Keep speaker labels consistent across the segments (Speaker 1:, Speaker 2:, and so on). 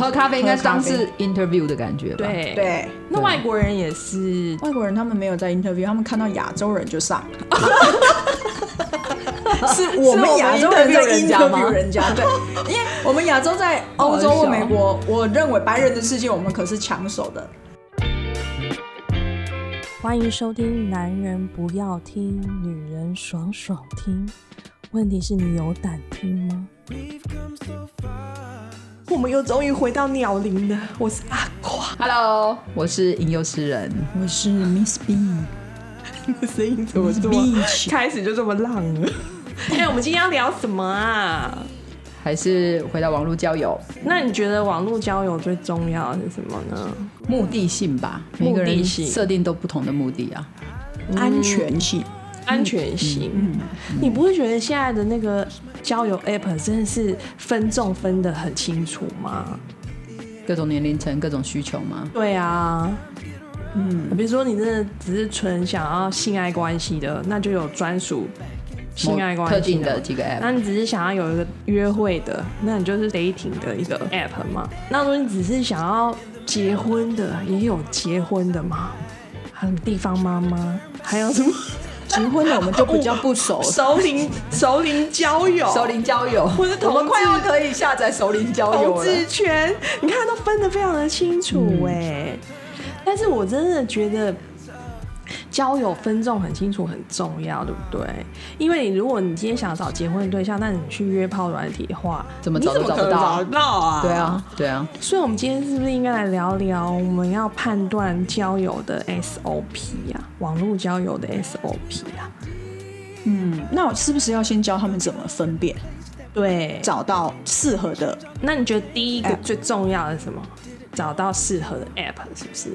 Speaker 1: 喝咖啡应该当是 interview 的感觉吧？，
Speaker 2: 对，
Speaker 3: 对，
Speaker 2: 那外国人也是
Speaker 3: 外国人他们没有在 interview，他们看到亚洲人就 上，是我们亚洲人在
Speaker 2: interview 人家吗
Speaker 3: interview 人家，对，因为我们亚洲在欧洲或美国，我认为白人的世界我们可是抢手的。
Speaker 4: 欢迎收听《男人不要听，女人爽爽听》。问题是你有胆听吗？
Speaker 5: 我们又终于回到鸟林了。我是阿瓜，
Speaker 1: Hello，我是吟游诗人。
Speaker 3: 我是 Miss B
Speaker 5: 你的声音怎么这 么
Speaker 3: Beach，
Speaker 5: 开始就这么浪了？ 哎、我们今天要聊什么啊？
Speaker 1: 还是回到网络交友，
Speaker 5: 那你觉得网络交友最重要的是什么呢？
Speaker 1: 目的性吧，每个
Speaker 5: 目
Speaker 1: 人
Speaker 5: 的性
Speaker 1: 设定都不同的目的啊。
Speaker 3: 安全性，
Speaker 5: 安全性。你不会觉得现在的那个交友 app 真的是分众分的很清楚吗？
Speaker 1: 各种年龄层、各种需求嘛。
Speaker 5: 对啊，嗯，比如说你真的只是纯想要性爱关系的，那就有专属性爱
Speaker 1: 某
Speaker 5: 关系
Speaker 1: 特定的几个 app，
Speaker 5: 那你只是想要有一个约会的，那你就是 dating 的一个 app 嘛。那如果你只是想要结婚的，也有结婚的嘛。还有地方妈妈，还有 什么
Speaker 3: 结婚了我们就比较不熟，
Speaker 5: 熟龄熟龄交友，
Speaker 1: 熟龄交友，
Speaker 5: 或是同
Speaker 1: 我们快要
Speaker 5: 志
Speaker 1: 可以下载熟龄交友
Speaker 5: 同
Speaker 1: 了。
Speaker 5: 志圈，你看都分得非常的清楚
Speaker 3: 嗯
Speaker 5: 哎、但是我真的觉得。交友分众很清楚很重要，对不对？因为你如果你今天想找结婚的对象，那你去约炮软体的话，
Speaker 1: 怎么
Speaker 5: 你
Speaker 1: 找都
Speaker 5: 怎
Speaker 1: 找
Speaker 5: 么
Speaker 1: 不
Speaker 5: 可能
Speaker 1: 到
Speaker 5: 找得到啊？
Speaker 1: 对，啊，对啊，
Speaker 5: 所以，我们今天是不是应该来聊聊我们要判断交友的 SOP 啊，网络交友的 SOP 啊？
Speaker 3: 嗯，哎那我是不是要先教他们怎么分辨，
Speaker 5: 对，
Speaker 3: 找到适合的？
Speaker 5: 那你觉得第一个
Speaker 3: App
Speaker 5: 最重要的是什么？找到适合的 App 是不是？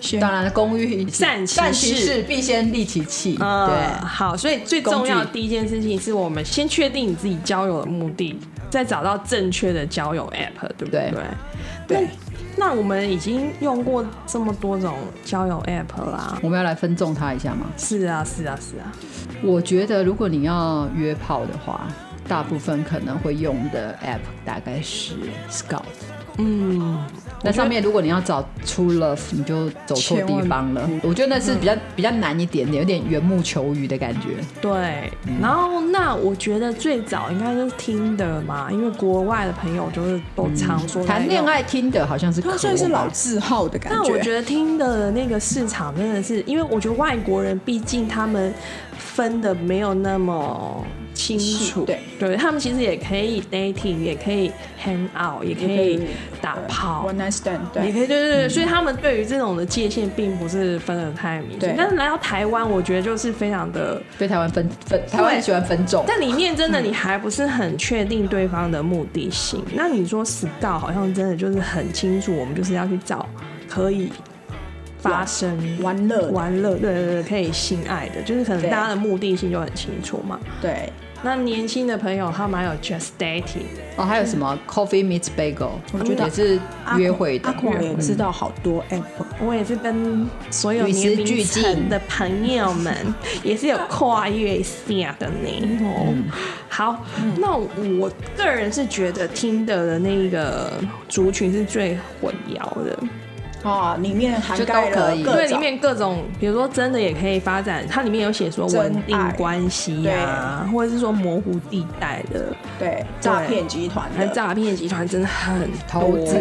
Speaker 3: 先
Speaker 1: 当然，公寓
Speaker 5: 善其事
Speaker 1: 善其事，必先利其器。
Speaker 5: 嗯，
Speaker 1: 对，
Speaker 5: 好，所以最重要的
Speaker 1: 工具
Speaker 5: 第一件事情是我们先确定你自己交友的目的，再找到正确的交友 App，对不对？
Speaker 3: 对
Speaker 5: 那那我们已经用过这么多种交友 App 啦。
Speaker 1: 我们要来分众它一下吗？
Speaker 5: 是啊，是啊，是啊。
Speaker 1: 我觉得如果你要约炮的话，大部分可能会用的 app 大概是 Scout。
Speaker 5: 嗯，
Speaker 1: 那上面如果你要找 True Love，你就走错地方了。我觉得那是比较、比较难一点点，有点缘木求鱼的感觉。
Speaker 5: 对。
Speaker 1: 嗯
Speaker 5: 然后那我觉得最早应该就是听的嘛，因为国外的朋友就是都常说
Speaker 1: 嗯
Speaker 5: 在
Speaker 1: 谈恋
Speaker 5: 用
Speaker 1: 爱听的好像是可
Speaker 3: 他算是老
Speaker 1: 吧
Speaker 3: 字号的感
Speaker 5: 那我
Speaker 3: 觉，
Speaker 5: 觉得听的那个市场真的是，因为我觉得外国人毕竟他们分的没有那么清楚，
Speaker 3: 是对，
Speaker 5: 他们其实也可以 dating，也可以 hang out，也可
Speaker 3: 也可
Speaker 5: 以
Speaker 3: 以
Speaker 5: 打炮
Speaker 3: one。night stand，对，
Speaker 5: 也
Speaker 3: 嗯
Speaker 5: 可以，对对对，所以他们对于这种的界限并不是分得太明
Speaker 3: 对
Speaker 5: 显。但是来到台湾，我觉得就是非常的，
Speaker 1: 被台湾分分，台湾很喜欢分众。
Speaker 5: 但里面真的你还不是很确定对方的目的性。那你说死道好像真的就是很清楚，我们就是要去找可以发生
Speaker 3: 玩乐的
Speaker 5: 玩乐，对对对，可以性爱的，就是可能
Speaker 3: 对
Speaker 5: 大家的目的性就很清楚嘛。
Speaker 3: 对，
Speaker 5: 那年轻的朋友他们还有 just dating，
Speaker 1: 哦，还有什么 Coffee Meets Bagel，我
Speaker 3: 觉得
Speaker 1: 也是约会的嗯
Speaker 3: 阿。嗯孔也知道好多 app，
Speaker 5: 我也是跟所有
Speaker 1: 与时
Speaker 5: 年龄
Speaker 1: 俱
Speaker 5: 层
Speaker 1: 进
Speaker 5: 的朋友们也是有跨越一下的呢。哦，
Speaker 3: 嗯
Speaker 5: 好，那我个人是觉得听的的那个族群是最混淆的，
Speaker 3: 啊，里面涵
Speaker 1: 就都
Speaker 3: 盖了
Speaker 1: 可以
Speaker 3: 各
Speaker 5: 对，里
Speaker 3: 种
Speaker 5: 面各种，比如说真的也可以发展，它里面有写说
Speaker 3: 真
Speaker 5: 稳定
Speaker 3: 爱
Speaker 5: 关系呀、啊，或者是说模糊地带的。
Speaker 3: 对诈骗集团
Speaker 5: 而
Speaker 3: 的，
Speaker 5: 诈骗集团真的很
Speaker 1: 投资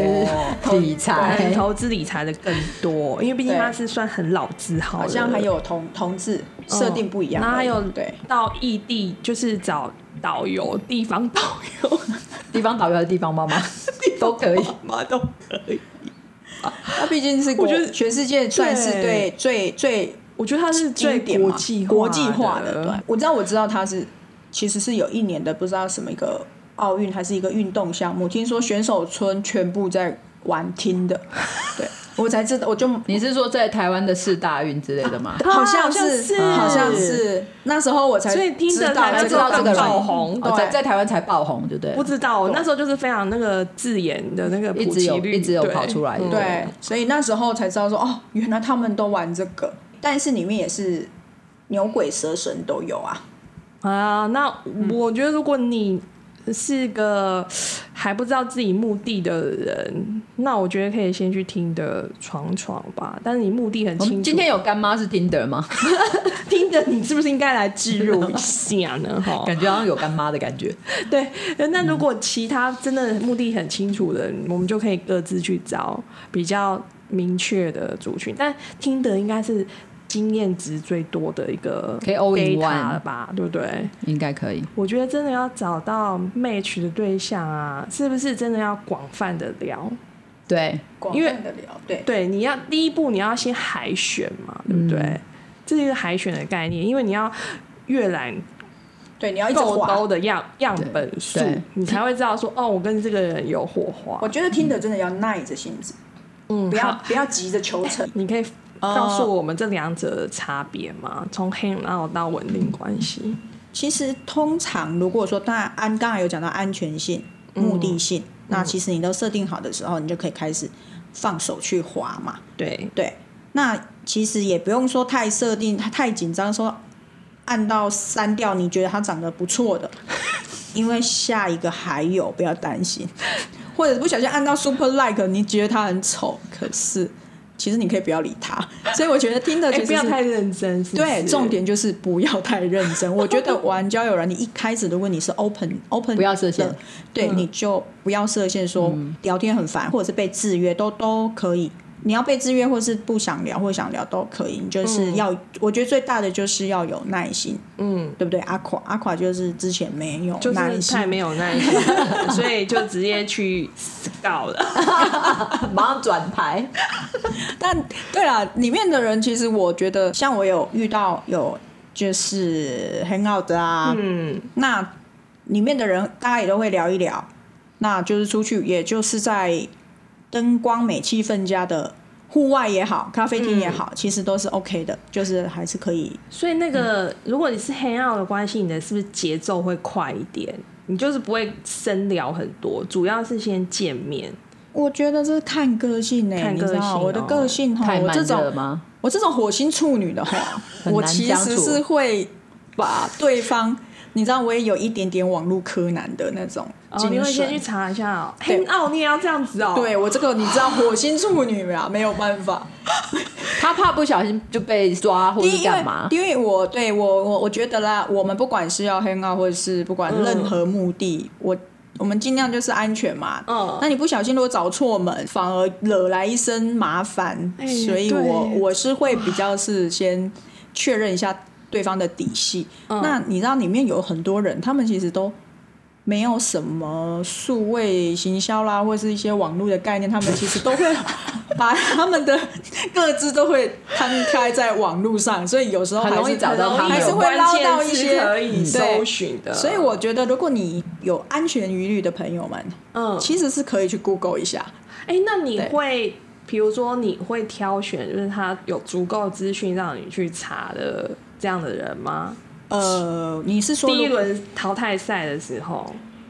Speaker 1: 理财
Speaker 5: 很，投资理财的更多，因为毕竟
Speaker 3: 对
Speaker 5: 它是算很老字号了，
Speaker 3: 好像还有同同志
Speaker 5: 嗯
Speaker 3: 设定不一样而已，
Speaker 5: 然后还有
Speaker 3: 对
Speaker 5: 到异地就是找导游、地方导游
Speaker 1: 地方导游的地方妈妈都可以。
Speaker 5: 嘛都可以。
Speaker 3: 它毕竟是国
Speaker 5: 我觉得
Speaker 3: 全世界算是对
Speaker 5: 对
Speaker 3: 最最
Speaker 5: 我觉得它是最
Speaker 3: 经典嘛
Speaker 5: 国际
Speaker 3: 国际化
Speaker 5: 的，
Speaker 3: 的。对，我知道我知道它是其实是有一年的不知道什么一个奥运还是一个运动项目，听说选手村全部在玩听的，对我才知道，我就
Speaker 1: 你是说在台湾的四大运之类的吗？
Speaker 5: 啊
Speaker 3: 好像
Speaker 5: 好像是
Speaker 3: 好像是那时候我才
Speaker 5: 所以听
Speaker 3: 知
Speaker 5: 着
Speaker 3: 道
Speaker 1: 才
Speaker 3: 这
Speaker 5: 才会
Speaker 1: 知
Speaker 3: 个
Speaker 1: 道这个
Speaker 5: 更
Speaker 1: 软
Speaker 5: 爆
Speaker 1: 体
Speaker 5: 红
Speaker 1: 哦
Speaker 3: 对
Speaker 1: 在在台湾才爆红，对不对
Speaker 5: 不？知道，我那时候就是非常那个字眼的那个
Speaker 1: 一
Speaker 5: 普
Speaker 1: 直有
Speaker 5: 及率，
Speaker 1: 一直有
Speaker 5: 对嗯
Speaker 1: 跑出来的，
Speaker 5: 哦
Speaker 3: 对，所以那时候才知道说，哦，原来他们都玩这个，但是里面也是牛鬼蛇神都有啊。
Speaker 1: 嗯
Speaker 5: 啊，那我觉得如果你是个还不知道自己目的的人，那我觉得可以先去听的闯闯吧。但是你目的很
Speaker 1: 我
Speaker 5: 清楚，
Speaker 1: 们今天有干妈是 Tinder 吗？
Speaker 5: 听的你是不是应该来置入一下 呢？哈，
Speaker 1: 感觉好像有干妈的感觉。
Speaker 5: 对，那如
Speaker 1: 嗯
Speaker 5: 果其他真的目的很清楚的，我们就可以各自去找比较明确的族群。但听的应该是经验值最多的一个
Speaker 1: 可以 all in
Speaker 5: data
Speaker 1: one
Speaker 5: 了吧，对不对？
Speaker 1: 应该可以。
Speaker 5: 我觉得真的要找到 match 的对象啊，是不是真的要广泛的聊？
Speaker 1: 对，
Speaker 3: 广
Speaker 5: 因为
Speaker 3: 泛的聊，对，
Speaker 5: 对，你要第一步你要先海选嘛，对不对？这是一个海选的概念，因为你要阅览
Speaker 3: 对，你要一直
Speaker 5: 够
Speaker 3: 滑
Speaker 5: 高。的样样本数
Speaker 1: 对，
Speaker 5: 你才会知道说，哦，我跟这个人有火花
Speaker 3: 我。觉得听的真的要耐着性子，
Speaker 5: 嗯
Speaker 3: 不要
Speaker 5: 好哦
Speaker 3: 不要急着求 成。
Speaker 5: 你可以告诉我们这两者的差别吗？从 hang out 到稳定关系，
Speaker 3: 其实通常如果说大家安刚才有讲到安全性、
Speaker 5: 嗯
Speaker 3: 目的性，那其实你都设定好的时候，你就可以开始放手去滑嘛。
Speaker 5: 对，
Speaker 3: 对，那其实也不用说太设定太紧张，说按到删掉你觉得它长得不错的，因为下一个还有，不要担心。或者不小心按到 super like，你觉得它很丑，可是其实你可以不要理它。所以我觉得听的
Speaker 5: 哎、
Speaker 3: 其实
Speaker 5: 不要
Speaker 3: 是
Speaker 5: 太认真，是不是
Speaker 3: 对，重点就是不要太认真。我觉得玩交友软件一开始，如果你是 open open，
Speaker 1: 不要设限
Speaker 3: 的，对，
Speaker 5: 嗯
Speaker 3: 你就不要设限，说聊天很烦，或者是被制约，都都可以。你要被制约，或是不想聊，或想聊都可以。你就是要，我觉得最大的就是要有耐心，
Speaker 5: 嗯，
Speaker 3: 对不对？阿垮阿垮就是之前没有
Speaker 5: 就
Speaker 3: 耐
Speaker 5: 是
Speaker 3: 心
Speaker 5: 太，没有耐 心了，所以就直接去 scout 了。
Speaker 1: 马上转台。
Speaker 3: 但对啦，里面的人其实我觉得，像我有遇到有就是很好的啊，
Speaker 5: 嗯，
Speaker 3: 那里面的人大家也都会聊一聊，那就是出去，也就是在灯光美、气氛佳的户外也好，咖啡厅也好，
Speaker 5: 嗯
Speaker 3: 其实都是 OK 的，就是还是可以。
Speaker 5: 所以那个如果你是 hang out 的关系，你的是不是节奏会快一点？你就是不会深聊很多，主要是先见面。
Speaker 3: 我觉得这是看个性呢、
Speaker 5: 看
Speaker 3: 你
Speaker 5: 个性
Speaker 3: 知道
Speaker 5: 哦
Speaker 3: 我的个性哈，
Speaker 1: 太
Speaker 3: 我
Speaker 1: 慢
Speaker 3: 哦这
Speaker 1: 热
Speaker 3: 种
Speaker 1: 吗？
Speaker 3: 我这种火星处女的哈，
Speaker 1: 很
Speaker 3: 我
Speaker 1: 难
Speaker 3: 其
Speaker 1: 相
Speaker 3: 实
Speaker 1: 处
Speaker 3: 是会把对方，你知道我也有一点点网络柯南的那种
Speaker 5: 哦，
Speaker 3: 精
Speaker 5: 你会
Speaker 3: 神。
Speaker 5: 先去查一下哦。
Speaker 3: 对
Speaker 5: hang out 你也要这样子哦。
Speaker 3: 对我这个你知道火星处女啊，没有办 法。
Speaker 1: 他怕不小心就被抓或
Speaker 3: 第
Speaker 1: 是
Speaker 3: 一，因为
Speaker 1: 干嘛？
Speaker 3: 因为我对我我我觉得啦，我们不管是要 hang out 或者是不管
Speaker 1: 嗯
Speaker 3: 任何目的，我我们尽量就是安全嘛。
Speaker 5: 嗯
Speaker 3: 那你不小心如果找错门，反而惹来一身麻烦，
Speaker 5: 哎
Speaker 3: 所以
Speaker 5: 对
Speaker 3: 我我是会比较是先确认一下对方的底细。
Speaker 5: 嗯
Speaker 3: 那你知道里面有很多人，他们其实都。没有什么数位行销啦，或是一些网络的概念，他们其实都 会把他们的各自都会摊开在网络上，所以有时候
Speaker 1: 很
Speaker 3: 还
Speaker 1: 容易
Speaker 3: 是
Speaker 1: 找到他
Speaker 3: 还
Speaker 1: 们
Speaker 3: 是
Speaker 1: 有
Speaker 3: 会
Speaker 5: 关
Speaker 3: 捞
Speaker 5: 键
Speaker 3: 到一
Speaker 5: 字
Speaker 3: 些
Speaker 5: 可以
Speaker 3: 嗯对
Speaker 5: 搜寻的
Speaker 3: 所以我觉得，如果你有安全疑虑的朋友们，
Speaker 5: 嗯，
Speaker 3: 其实是可以去 Google 一下。
Speaker 5: 哎，那你
Speaker 3: 对
Speaker 5: 会，比如说你会挑选，就是他有足够资讯让你去查的这样的人吗？
Speaker 3: 呃，你是说
Speaker 5: 第一
Speaker 3: 如果
Speaker 5: 轮淘汰赛的时候，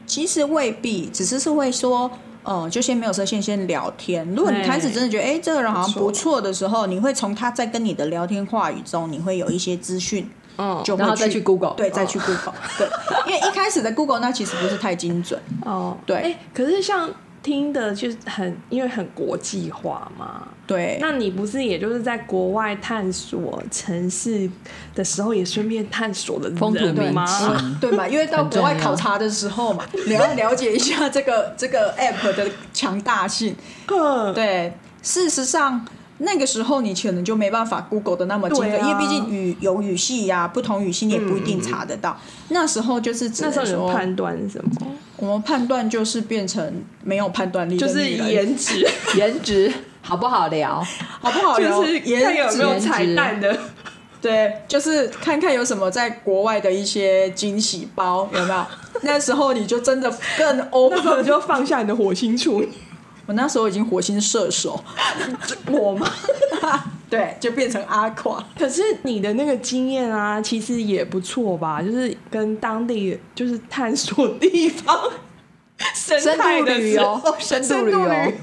Speaker 3: 其实未必，只是是会说，呃，就先没有设限，先聊天。如果你
Speaker 5: 对
Speaker 3: 开始真的觉得，哎、这个人好像
Speaker 5: 不
Speaker 3: 不错的时候，你会从他在跟你的聊天话语中，你会有一些资讯，
Speaker 5: 嗯，
Speaker 3: 就会
Speaker 1: 然后再去 Google
Speaker 3: 对，再去 Google，、对，因为一开始的 Google 那其实不是太精准，
Speaker 5: 哦，
Speaker 3: 对
Speaker 5: 哎，可是像听的就是很，因为很国际化嘛，
Speaker 3: 对，
Speaker 5: 那你不是也就是在国外探索城市的时候，也顺便探索了
Speaker 1: 风土
Speaker 5: 人
Speaker 1: 民
Speaker 5: 吗？
Speaker 1: 情，
Speaker 3: 对嘛？因为到
Speaker 1: 很重
Speaker 3: 国外
Speaker 1: 要
Speaker 3: 考察的时候嘛，你要了解一下这个这个 app 的强大性。
Speaker 5: 嗯，
Speaker 3: 对，事实上那个时候你可能就没办法 Google 的那么精
Speaker 5: 对
Speaker 3: 准，
Speaker 5: 啊
Speaker 3: 因为毕竟语有语系呀、不同语系你也不一定查得到。那时候就是只
Speaker 5: 嗯那
Speaker 3: 能
Speaker 5: 时候你们
Speaker 3: 说，
Speaker 5: 判断什么？
Speaker 3: 我们判断就是变成没有判断力的
Speaker 5: 就
Speaker 3: 女
Speaker 5: 是
Speaker 3: 人，
Speaker 5: 颜值，
Speaker 1: 颜值好不好聊？
Speaker 3: 好不好聊？
Speaker 5: 就是看
Speaker 3: 颜
Speaker 5: 有
Speaker 3: 值
Speaker 5: 没有彩蛋 的。
Speaker 3: 对，就是看看有什么在国外的一些惊喜包有没 有。那时候你就真的更
Speaker 5: 那时候
Speaker 3: open
Speaker 5: 你就放下你的火星处女，
Speaker 3: 我那时候已经火星射手，
Speaker 5: 我吗？
Speaker 3: 对，就变成阿垮。
Speaker 5: 可是你的那个经验啊，其实也不错吧，就是跟当地就是探索地方生
Speaker 1: 深
Speaker 5: 态
Speaker 1: 度
Speaker 5: 的
Speaker 1: 旅
Speaker 5: 时
Speaker 1: 游
Speaker 5: 候，
Speaker 1: 深
Speaker 5: 深
Speaker 1: 旅
Speaker 5: 度
Speaker 1: 游
Speaker 5: 旅，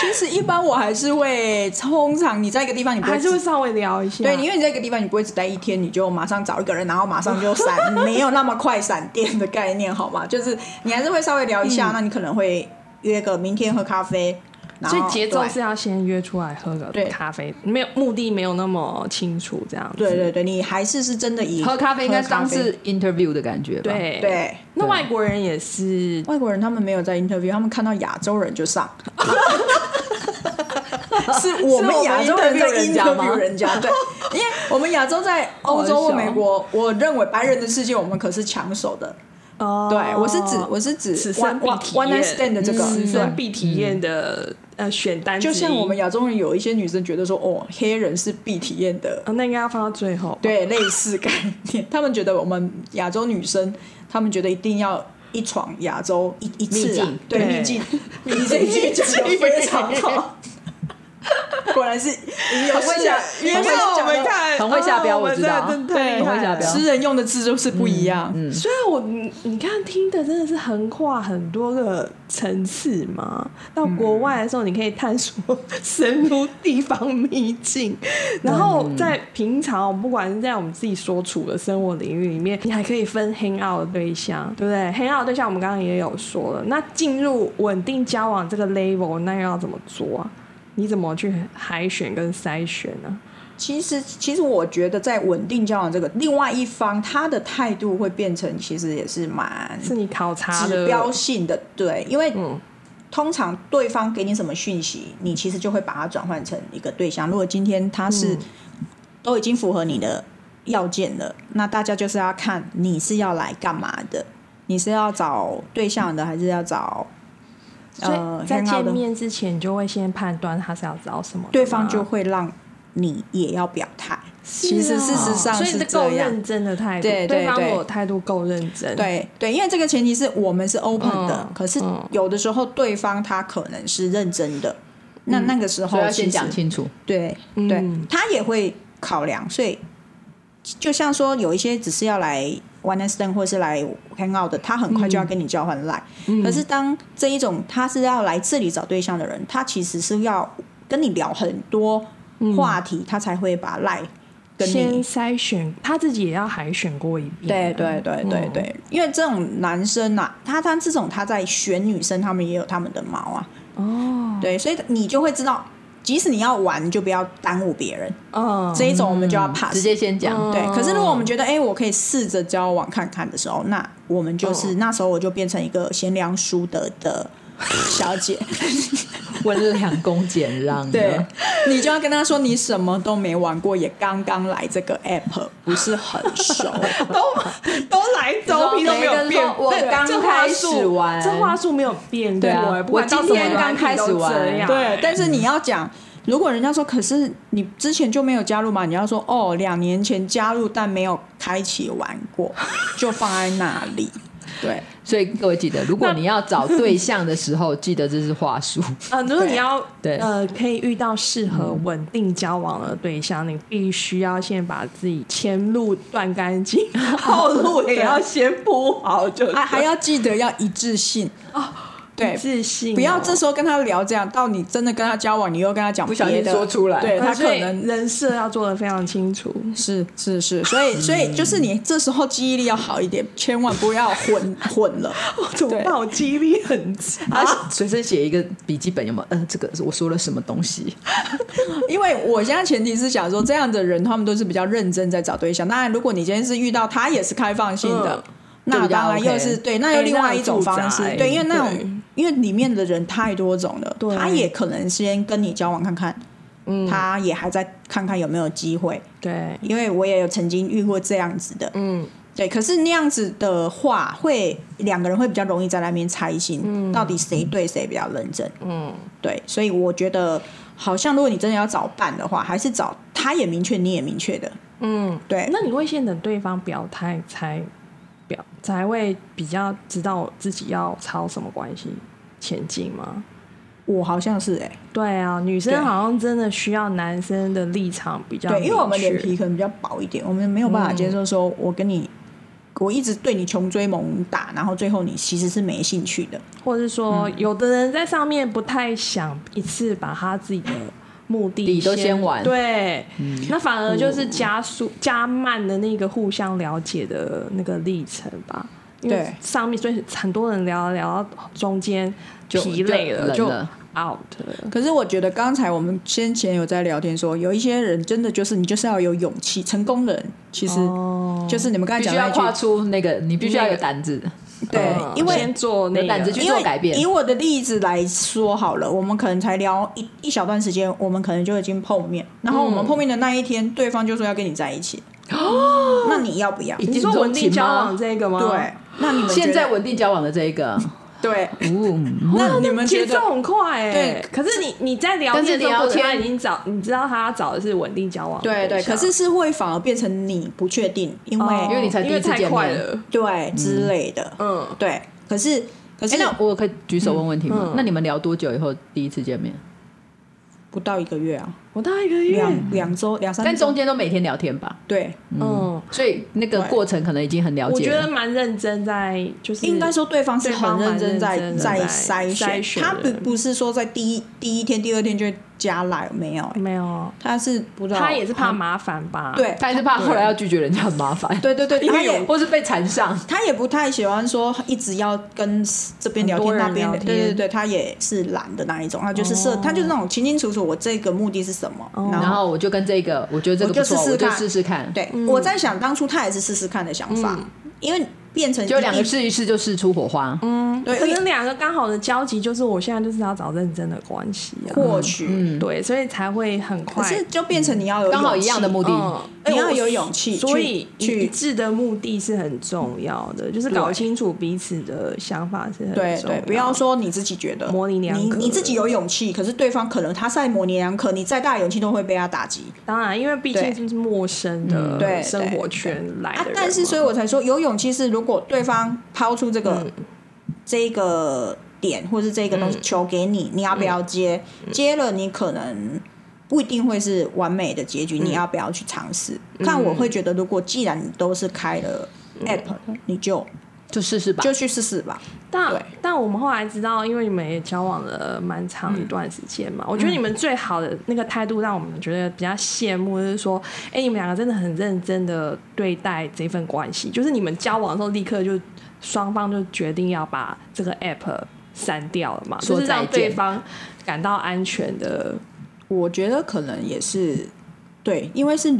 Speaker 3: 其实一般我还是会，通常你在一个地方，你不会
Speaker 5: 还是会稍微聊一下。
Speaker 3: 对，因为你在一个地方，你不会只待一天，你就马上找一个人，然后马上就闪，没有那么快闪电的概念，好吗？就是你还是会稍微聊一
Speaker 5: 嗯
Speaker 3: 下，那你可能会约个明天喝咖啡，然后
Speaker 5: 所以节奏
Speaker 3: 对
Speaker 5: 是要先约出来喝个
Speaker 3: 对
Speaker 5: 咖啡，没有目的没有那么清楚这样子。
Speaker 3: 对对对，你还是是真的以
Speaker 1: 喝咖啡应该
Speaker 3: 喝咖
Speaker 1: 当
Speaker 3: 啡
Speaker 1: 是 interview 的感觉吧？，
Speaker 5: 对
Speaker 3: 对。
Speaker 5: 那外国人也是，
Speaker 3: 外国人他们没有在 interview，他们看到亚洲人就 上。是我们亚洲人在
Speaker 5: interview 人家吗
Speaker 3: interview 人家，对，因为我们亚洲 在欧洲或美国，我认为白人的世界我们可是抢手的。
Speaker 5: 哦
Speaker 3: 对，我是指我是指
Speaker 5: 此
Speaker 3: one
Speaker 5: 生必
Speaker 3: one
Speaker 5: 体
Speaker 3: one night
Speaker 5: 验嗯
Speaker 3: stand 的这个，
Speaker 5: 此
Speaker 3: 对
Speaker 5: 生必体验的呃选单之一，
Speaker 3: 就像我们亚洲人有一些女生觉得说，哦，黑人是必体验的，
Speaker 5: 啊，那应该要放到最后。
Speaker 3: 对，类似概念。他们觉得我们亚洲女生，他们觉得一定要一闯亚洲一一次、啊
Speaker 1: 境，
Speaker 3: 对
Speaker 5: 对
Speaker 3: 秘境，你这一句讲的非常好。果然是你有
Speaker 1: 会
Speaker 3: 是
Speaker 1: 讲
Speaker 3: 因
Speaker 1: 很会
Speaker 3: 为
Speaker 1: 讲
Speaker 3: 我们看
Speaker 5: 看
Speaker 1: 很会下标
Speaker 5: 哦
Speaker 1: 我知道
Speaker 5: 们真的太厉害
Speaker 1: 很会下标
Speaker 3: 诗人用的字就是不一样。
Speaker 1: 嗯，
Speaker 5: 虽然我你你看听的真的是横跨很多个层次嘛，到
Speaker 1: 嗯
Speaker 5: 国外的时候你可以探索 深入地方秘境，然后
Speaker 1: 嗯
Speaker 5: 在平常我们不管是在我们自己所处的生活领域里面，你还可以分 hang out 的对象，对不对？hang out 的对象我们刚刚也有说了，那进入稳定交往这个 level，那又要怎么做啊？你怎么去海选跟筛选呢、
Speaker 3: 其实，其实我觉得在稳定交往这个另外一方，他的态度会变成其实也是蛮
Speaker 5: 是你考察
Speaker 3: 指
Speaker 5: 的
Speaker 3: 标性的，对，因为
Speaker 5: 嗯
Speaker 3: 通常对方给你什么讯息，你其实就会把它转换成一个对象。如果今天他
Speaker 5: 嗯
Speaker 3: 是、都已经符合你的要件了，那大家就是要看你是要来干嘛的，你是要找对象的，还是要找
Speaker 5: 所
Speaker 3: 呃
Speaker 5: 以
Speaker 3: hang
Speaker 5: 在
Speaker 3: out
Speaker 5: 见
Speaker 3: 的
Speaker 5: 面之前，你就会先判断他是要找什么的吗，啊
Speaker 3: 对方就会让你也要表态。其实事实上
Speaker 5: 所以
Speaker 3: 是
Speaker 5: 这
Speaker 3: 这
Speaker 5: 够
Speaker 3: 样。
Speaker 5: 认真的态度，
Speaker 3: 对对
Speaker 5: 方
Speaker 3: 对
Speaker 5: 我态度够认真，，
Speaker 3: 对对，因为这个前提是我们是 open 的，
Speaker 5: 嗯
Speaker 3: 可是
Speaker 5: 嗯
Speaker 3: 有的时候对方他可能是认真的，那那个时候
Speaker 1: 所以要
Speaker 3: 其
Speaker 1: 先
Speaker 3: 实
Speaker 1: 讲清楚。
Speaker 3: 对
Speaker 5: 嗯
Speaker 3: 对，他也会考量，所以就像说有一些只是要来 one night stand 或是来 hang out 的，他很快就要跟你交换 line、可
Speaker 5: 嗯
Speaker 3: 是当这一种他是要来这里找对象的人，他其实是要跟你聊很多话题，他才会把 line 跟你
Speaker 5: 嗯先筛选，他自己也要海选过一遍
Speaker 3: 对对
Speaker 5: 啊，
Speaker 3: 对对对，因为这种男生啊，他他这种他在选女生，他们也有他们的毛啊。哦，对，所以你就会知道，即使你要玩，你就不要耽误别人。
Speaker 5: 嗯，
Speaker 3: 这一种我们就要
Speaker 1: 嗯
Speaker 3: pass。
Speaker 1: 直接哦先讲，
Speaker 3: 对，可是如果我们觉得，哎、我可以试着交往看看的时候，那我们
Speaker 1: 哦
Speaker 3: 就是、那时候我就变成一个贤良淑德的小 姐，
Speaker 1: 温良恭俭让。
Speaker 3: 对， 你就要跟他说，你什么都没玩过，也刚刚来这个 app，不是很 熟。
Speaker 5: 都来
Speaker 1: 都
Speaker 5: 头皮都没有
Speaker 1: 没
Speaker 5: 变
Speaker 1: 跟，说我
Speaker 5: 对
Speaker 1: 刚
Speaker 5: 这话
Speaker 1: 开
Speaker 5: 术
Speaker 1: 始玩
Speaker 5: 这话术没有变
Speaker 1: 对啊
Speaker 5: 过欸不管
Speaker 1: 我今
Speaker 5: 到什么
Speaker 1: 天
Speaker 5: 软
Speaker 1: 刚
Speaker 5: 体
Speaker 1: 开
Speaker 5: 都
Speaker 1: 始
Speaker 5: 这
Speaker 1: 玩
Speaker 5: 样
Speaker 3: 对
Speaker 5: 欸，
Speaker 3: 但是
Speaker 1: 嗯
Speaker 3: 你要讲，如果人家说，可是你之前就没有加入嘛，你要说哦，两年前加入但没有开启玩过，就放在那里。对，
Speaker 1: 所以各位记得，如果你要找对象的时候，记得这是话术。
Speaker 5: 呃，如果你要
Speaker 1: 对
Speaker 5: 呃可以遇到适合稳定交往的对象，你必须要先把自己前路断干净， 后路也要先铺好就
Speaker 1: 啊
Speaker 5: 对，
Speaker 3: 还啊还要记得要一 致性哦，对。
Speaker 5: 自信哦，
Speaker 3: 不要这时候跟他聊这样，到你真的跟他交往，你又跟他讲
Speaker 1: 啊不小
Speaker 3: 别
Speaker 1: 心
Speaker 3: 的
Speaker 1: 说出来
Speaker 3: 对他
Speaker 5: 呃
Speaker 3: 可
Speaker 5: 所以
Speaker 3: 能
Speaker 5: 人设要做的非常清楚。
Speaker 3: 是是是，所 以所以就是你这时候记忆力要好一点，千万不要混 混了。
Speaker 5: 怎么
Speaker 3: 对
Speaker 5: 办？我记忆力很差，
Speaker 1: 啊，随身写一个笔记本有没有？呃，这个我说了什么东西？
Speaker 3: 因为我现在前提是想说，这样的人他们都是比较认真在找对象。当然，如果你今天是遇到他也是开放性的，
Speaker 5: 嗯
Speaker 3: 那当然
Speaker 1: 就比较
Speaker 3: 又
Speaker 1: OK
Speaker 3: 是对，
Speaker 5: 哎
Speaker 3: 那又另外一种方式。
Speaker 5: 哎那很复杂哎
Speaker 3: 对，因为那
Speaker 5: 对
Speaker 3: 种因为里面的人太多种了，
Speaker 5: 对
Speaker 3: 他也可能先跟你交往看看，
Speaker 5: 嗯
Speaker 3: 他也还在看看有没有机会。
Speaker 5: 对，
Speaker 3: 因为我也有曾经遇过这样子的，
Speaker 5: 嗯，
Speaker 3: 对。可是那样子的话，会两个人会比较容易在那边猜心，到底谁对谁比较认真。
Speaker 5: 嗯，
Speaker 3: 对，所以我觉得，好像如果你真的要找伴的话，还是找他也明确，你也明确的。
Speaker 5: 嗯，
Speaker 3: 对，
Speaker 5: 那你会先等对方表态才表，才会比较知道我自己要朝什么关系前进吗？
Speaker 3: 我好像是哎、
Speaker 5: 对啊，女
Speaker 3: 对
Speaker 5: 生好像真的需要男生的立场比较
Speaker 3: 对，因为我们
Speaker 5: 明确嗯
Speaker 3: 脸皮可能比较薄一点，我们没有办法接受说我跟你。我一直对你穷追猛打，然后最后你其实是没兴趣的。
Speaker 5: 或者是说，
Speaker 1: 嗯
Speaker 5: 有的人在上面不太想一次把他自己的目的
Speaker 1: 底都先完嗯
Speaker 5: 对，那反而就是加速、加慢的那个互相了解的那个历程吧。因为
Speaker 3: 对
Speaker 5: 上面所以很多人聊聊到中间
Speaker 1: 就
Speaker 5: 疲累了，
Speaker 1: 就
Speaker 5: 就
Speaker 1: 冷了
Speaker 5: out 了。
Speaker 3: 可是我觉得刚才我们先前有在聊天说，有一些人真的就是你就是要有勇气，成功的人其实就是你们刚才
Speaker 1: 哦必须
Speaker 3: 讲的那
Speaker 1: 要
Speaker 3: 句，
Speaker 1: 跨出那个，你必须要有胆子。
Speaker 3: 对
Speaker 5: 嗯，
Speaker 3: 因为
Speaker 5: 先做那
Speaker 1: 有胆
Speaker 5: 个
Speaker 1: 子去
Speaker 3: 因
Speaker 1: 做
Speaker 3: 为
Speaker 1: 改变
Speaker 3: 以我的例子来说好了，我们可能才聊一一小段时间，我们可能就已经碰面，然后我们碰面的那一天，对方就说要跟你在一起，那你要不要？
Speaker 1: 哦已
Speaker 5: 你
Speaker 1: 经
Speaker 5: 说稳
Speaker 1: 钟
Speaker 5: 定
Speaker 1: 情
Speaker 5: 交
Speaker 1: 吗
Speaker 5: 往这个吗？
Speaker 3: 对，，那你们觉得
Speaker 1: 现在稳定交往的这一个，
Speaker 3: 对，
Speaker 1: 嗯，
Speaker 3: 那你们觉
Speaker 5: 节
Speaker 3: 得
Speaker 5: 奏很快哎、
Speaker 3: 对
Speaker 5: 可是你你在聊
Speaker 1: 但是
Speaker 5: 天的时候，
Speaker 1: 聊天
Speaker 5: 他已经找你知道他找的是稳定交往的
Speaker 3: 对
Speaker 5: 对
Speaker 3: 对，
Speaker 5: 象，
Speaker 3: 可是是会反而变成你不确定，因为、
Speaker 5: 哦
Speaker 1: 因为你才第
Speaker 5: 因
Speaker 1: 一
Speaker 5: 为
Speaker 1: 次见面
Speaker 5: 太快了，
Speaker 3: 对之类的，
Speaker 5: 嗯，
Speaker 3: 对。可是可是
Speaker 1: 哎，那我可以举手问问题吗
Speaker 5: 嗯？
Speaker 1: 那你们聊多久以后第一次见面？
Speaker 3: 不到一个月啊，
Speaker 5: 我大概一个月，
Speaker 3: 两两周两三周，
Speaker 1: 但中间都每天聊天吧，
Speaker 3: 对，
Speaker 5: 嗯，
Speaker 1: 所以那个过程可能已经很了
Speaker 5: 我
Speaker 1: 解
Speaker 5: 觉得
Speaker 1: 了。
Speaker 5: 蛮认真在，就是
Speaker 3: 应该说对方是
Speaker 5: 对方
Speaker 3: 很认真在
Speaker 5: 蛮认真地
Speaker 3: 在
Speaker 5: 在
Speaker 3: 筛
Speaker 5: 筛选
Speaker 3: 他不
Speaker 5: 人
Speaker 3: 不是说在第一第一天、第二天就加来，没有、欸
Speaker 5: 没有，
Speaker 3: 他是不知道，
Speaker 5: 他也是怕麻烦吧？，
Speaker 3: 对
Speaker 1: 他还是怕后来要拒绝人家很麻烦，
Speaker 3: 对 对对，
Speaker 1: 因
Speaker 3: 他
Speaker 1: 为有
Speaker 3: 也
Speaker 1: 或是被缠上，
Speaker 5: 哦
Speaker 3: 他也不太喜欢说一直要跟这边聊天
Speaker 5: 很多人
Speaker 3: 那边
Speaker 5: 聊
Speaker 3: 聊，
Speaker 5: 天哦
Speaker 3: 对对对，他也是懒的那一种，他就是设、他就是那种清清楚楚我这个目的是什么，然
Speaker 1: 然
Speaker 3: 后。
Speaker 1: 后我就跟这个，我觉得这个不错，我
Speaker 3: 我就试试
Speaker 1: 就
Speaker 3: 看
Speaker 1: 试试看。
Speaker 3: 对，
Speaker 5: 嗯
Speaker 3: 我在想当初他也是试试看的想法，因为变成
Speaker 1: 就两个
Speaker 3: 是
Speaker 1: 试一试就试出火花，
Speaker 3: 对，
Speaker 5: 可
Speaker 3: 因
Speaker 5: 能
Speaker 3: 为
Speaker 5: 两个刚好的交集就是我现在就是要找认真的关系啊，
Speaker 3: 或许，
Speaker 5: 对，所以才会很
Speaker 3: 可
Speaker 5: 快，
Speaker 3: 是就变成你要有
Speaker 1: 刚好
Speaker 3: 勇
Speaker 1: 一样的
Speaker 3: 气
Speaker 1: 目的。
Speaker 5: 嗯，
Speaker 3: 你
Speaker 5: 哎
Speaker 3: 要
Speaker 5: 我
Speaker 3: 有勇气去，
Speaker 5: 所以一
Speaker 3: 去
Speaker 5: 致的目的是很重要的，就是搞清楚彼此的想法是很重要
Speaker 3: 对
Speaker 5: 的
Speaker 3: 对，不要说你自己觉得
Speaker 5: 模棱两可
Speaker 3: 你你自己有勇气，可是对方可能他在模棱两可，你再大的勇气都会被他打击
Speaker 5: 当然，因为毕竟
Speaker 3: 对嗯
Speaker 5: 就是陌生
Speaker 3: 对
Speaker 5: 的
Speaker 3: 对
Speaker 5: 生活圈来的
Speaker 3: 啊
Speaker 5: 人嘛。。
Speaker 3: 但是，所以我才说有勇气是，如果对方抛出这个、这个点或是这个东西球给你，你要不要接？接了，你可能。不一定会是完美的结局，你要不要去尝试？但我会觉得，如果既然你都是开了 app，、你就
Speaker 1: 就试试吧
Speaker 3: 就。去试试吧。
Speaker 5: 但
Speaker 3: 对
Speaker 5: 但我们后来知道，因为你们也交往了蛮长一段时间
Speaker 3: 嗯
Speaker 5: 嘛，我觉得你们最好的那个态度让我们觉得比较羡慕，就是说，哎、你们两个真的很认真的对待这份关系，就是你们交往的时候立刻就双方就决定要把这个 app 删掉了嘛，
Speaker 1: 说
Speaker 5: 就是让
Speaker 1: 再见
Speaker 5: 对方感到安全的。
Speaker 3: 我觉得可能也是对，因为是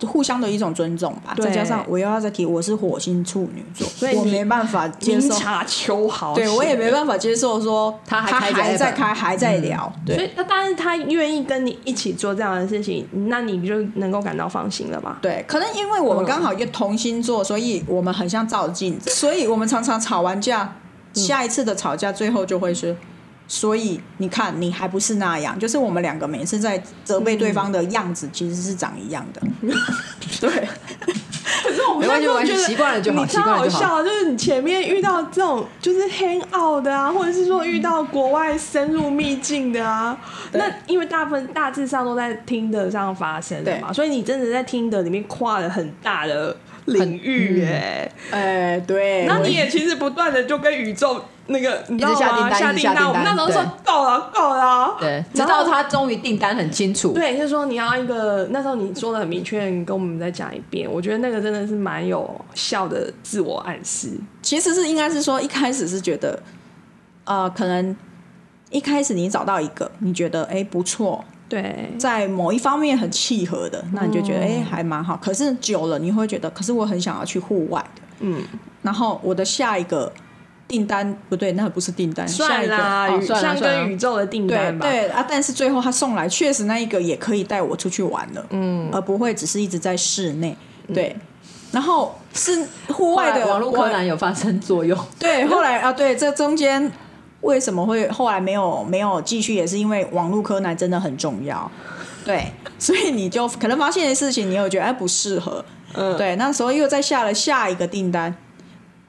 Speaker 3: 互相的一种尊重吧。
Speaker 5: 对
Speaker 3: 再加上我又要再提，我是火星处女座，
Speaker 5: 所以
Speaker 3: 我
Speaker 5: 你
Speaker 3: 没办法接
Speaker 5: 明
Speaker 3: 受，
Speaker 5: 察秋毫，
Speaker 3: 对我也没办法接受说
Speaker 1: 他还
Speaker 3: 还
Speaker 1: 开着
Speaker 3: 在
Speaker 1: app
Speaker 3: 开，还在聊，
Speaker 5: 嗯所
Speaker 3: 对
Speaker 5: 以，那但是他愿意跟你一起做这样的事情，那你就能够感到放心了吧？
Speaker 3: 对，可能因为我们刚好又同星座，所以我们很像照镜子，所以我们常常吵完架，
Speaker 5: 嗯
Speaker 3: 下一次的吵架最后就会是。所以你看，你还不是那样，就是我们两个每次在责备
Speaker 5: 嗯
Speaker 3: 对方的样子，其实是长一样的。对，
Speaker 1: 没关系，没关系，习惯了就好，
Speaker 5: 你
Speaker 1: 习
Speaker 5: 超
Speaker 1: 惯了
Speaker 5: 好
Speaker 1: 就好。
Speaker 5: 笑，就是你前面遇到这种就是 hang out 的啊，或者是说遇到国外深入秘境的啊，那因为大部分大致上都在听的上发生的嘛，所以你真的在听的里面跨了很大的领域哎、
Speaker 3: 哎，对，
Speaker 5: 那你也其实不断的就跟宇宙那个你知道
Speaker 1: 一直嗯下订
Speaker 5: 吗？
Speaker 1: 单
Speaker 5: 下
Speaker 1: 一直
Speaker 5: 订
Speaker 1: 下订
Speaker 5: 单，我们
Speaker 1: 单
Speaker 5: 那时候说
Speaker 1: 对
Speaker 5: 够了够了，
Speaker 1: 对，直
Speaker 5: 然
Speaker 1: 到
Speaker 5: 后
Speaker 1: 他终于订单很清楚，
Speaker 5: 对，就是说你要一个那时候你说的很明确，你跟我们再讲一遍，我觉得那个真的是蛮有效的自我暗示。
Speaker 3: 其实是应该是说一开始是觉得，呃，可能一开始你找到一个你觉得哎不错，
Speaker 5: 对，
Speaker 3: 在某一方面很契合的，那你就觉
Speaker 5: 嗯
Speaker 3: 得哎、诶还蛮好。可是久了你会觉得，可是我很想要去户外的，
Speaker 5: 嗯，
Speaker 3: 然后我的下一个订单不对，那不是订单，下
Speaker 5: 算
Speaker 3: 一个
Speaker 5: 啦，
Speaker 3: 哦
Speaker 5: 宇
Speaker 1: 算啦
Speaker 5: 像
Speaker 1: 算啦
Speaker 5: 跟宇宙的订单
Speaker 3: 对
Speaker 5: 吧。
Speaker 3: 对啊，但是最后他送来确实那一个也可以带我出去玩了，嗯，而不会只是一直在室内，
Speaker 5: 嗯
Speaker 3: 对。然后是户
Speaker 1: 后
Speaker 3: 外
Speaker 1: 来
Speaker 3: 的
Speaker 1: 网络
Speaker 3: 我
Speaker 1: 柯南有发生作用，
Speaker 3: 对， 后来啊，对，这中间为什么会后来没有没有继续，也是因为网络柯南真的很重要，对， 所以你就可能发现的事情，你有觉得哎不适合，
Speaker 5: 嗯
Speaker 3: 对，那时候又再下了下一个订单，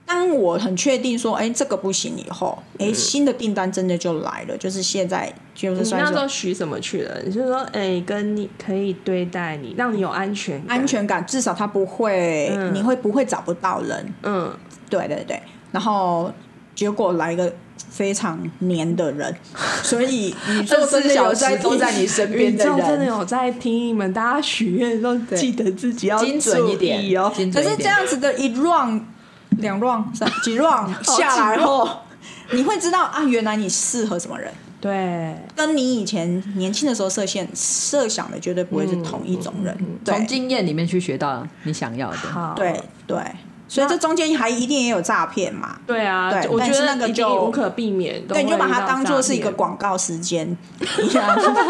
Speaker 3: 当我很确定说，哎、这个不行以后，哎、新的订单真的就来了，就是现在就是
Speaker 5: 嗯你
Speaker 3: 算
Speaker 5: 那
Speaker 3: 是
Speaker 5: 时候许什么去了？你就是说，哎、跟你可以对待你，让你有安全感
Speaker 3: 安，全感，至少他不会，
Speaker 5: 嗯
Speaker 3: 你会不会找不到人？
Speaker 5: 嗯，
Speaker 3: 对对对，然后结果来一个非常黏的人， 所以宇
Speaker 1: 宙
Speaker 3: 宙
Speaker 1: 真
Speaker 3: 四
Speaker 1: 的
Speaker 3: 小
Speaker 1: 有
Speaker 3: 时
Speaker 1: 在都在你身 边
Speaker 5: 宇宙
Speaker 1: 人，
Speaker 5: 真的有在听你们，大家许愿都记得自己要
Speaker 1: 精准一
Speaker 5: 注
Speaker 1: 点
Speaker 5: 意哦。
Speaker 1: 精
Speaker 3: 可
Speaker 1: 准一
Speaker 3: 是
Speaker 1: 点
Speaker 3: 这样子的一 round、两 round、三几 round 下来
Speaker 1: 哦
Speaker 3: 后，你会知道啊，原来你适合什么人，
Speaker 5: 对，
Speaker 3: 跟你以前年轻的时候设限设想的绝对不会是同一种人。
Speaker 1: 从
Speaker 3: 对
Speaker 1: 经验里面去学到你想要的。
Speaker 5: 好，
Speaker 3: 对对，所以这中间还一定也有诈骗嘛。
Speaker 5: 对啊，
Speaker 3: 对
Speaker 5: 我觉
Speaker 3: 但是那
Speaker 5: 得
Speaker 3: 个
Speaker 5: 一定
Speaker 3: 就
Speaker 5: 无可避免，
Speaker 3: 对，你就把它当做
Speaker 5: 做
Speaker 3: 是一个广告时间，你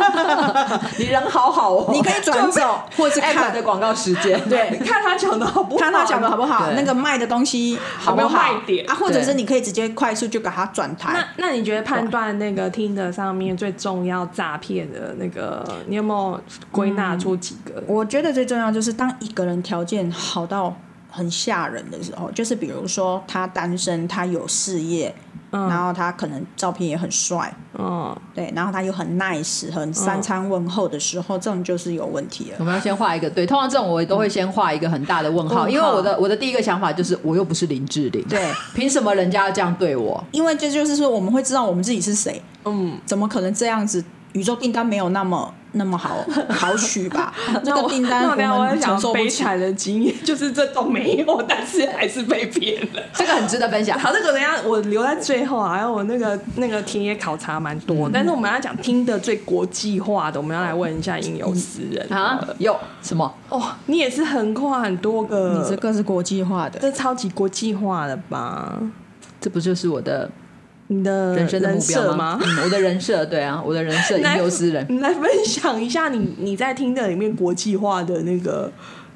Speaker 1: 你人好好哦，
Speaker 3: 可以转走或是
Speaker 1: app
Speaker 3: 看
Speaker 1: 的广告时间，
Speaker 3: 对，
Speaker 5: 看他讲的好不好，
Speaker 3: 看他讲的好不好，
Speaker 1: 对
Speaker 3: 那个卖的东西好不
Speaker 5: 有没
Speaker 3: 好
Speaker 5: 有卖点
Speaker 3: 啊，或者是
Speaker 1: 对
Speaker 3: 你可以直接快速就给它转台
Speaker 5: 那。那你觉得判断那个听的上面最重要诈骗的那个，你有没有归纳出几个？
Speaker 3: 我觉得最重要就是，当一个人条件好到很吓人的时候，就是比如说他单身，他有事业，然后他可能照片也很帅，
Speaker 5: 嗯，
Speaker 3: 对，然后他又很 nice，很三餐问候的时候，这种就是有问题了
Speaker 1: 我。们要先画一个对，通常这种我
Speaker 3: 嗯
Speaker 1: 都会先画一个很大的问
Speaker 5: 问
Speaker 1: 号，
Speaker 5: 号
Speaker 1: 因为我的我的第一个想法就是，我又不是林志玲，
Speaker 3: 对，
Speaker 1: 凭什么人家要这样对我？
Speaker 3: 因为这就是说，我们会知道我们自己是谁，
Speaker 5: 嗯，
Speaker 3: 怎么可能这样子？宇宙订单没有那么那么好好取 吧？这
Speaker 5: 那
Speaker 3: 个
Speaker 5: 我
Speaker 3: 订单
Speaker 5: 那我等一下我
Speaker 3: 们
Speaker 5: 在
Speaker 3: 承
Speaker 5: 想
Speaker 3: 受不
Speaker 5: 悲
Speaker 3: 起。
Speaker 5: 惨的经验，就是这都没有，但是还是被骗了。
Speaker 1: 这个很值得分享。
Speaker 5: 好，这个等一下我留在最后啊，还有我那个那个田野考察蛮多，但是我们要讲听的最国际化的，我们要来问一下吟游诗人
Speaker 1: 啊，有什么？
Speaker 5: 哦，你也是横跨很多个，
Speaker 3: 你这个是国际化的，
Speaker 5: 这超级国际化了吧？
Speaker 1: 这不就是我的
Speaker 5: 你的
Speaker 1: 人生的目标
Speaker 5: 呃设吗？
Speaker 1: 嗯，我的人设，对 啊，我的人设，吟游诗人。
Speaker 5: 你 来分享一下你你在听的里面国际化的那个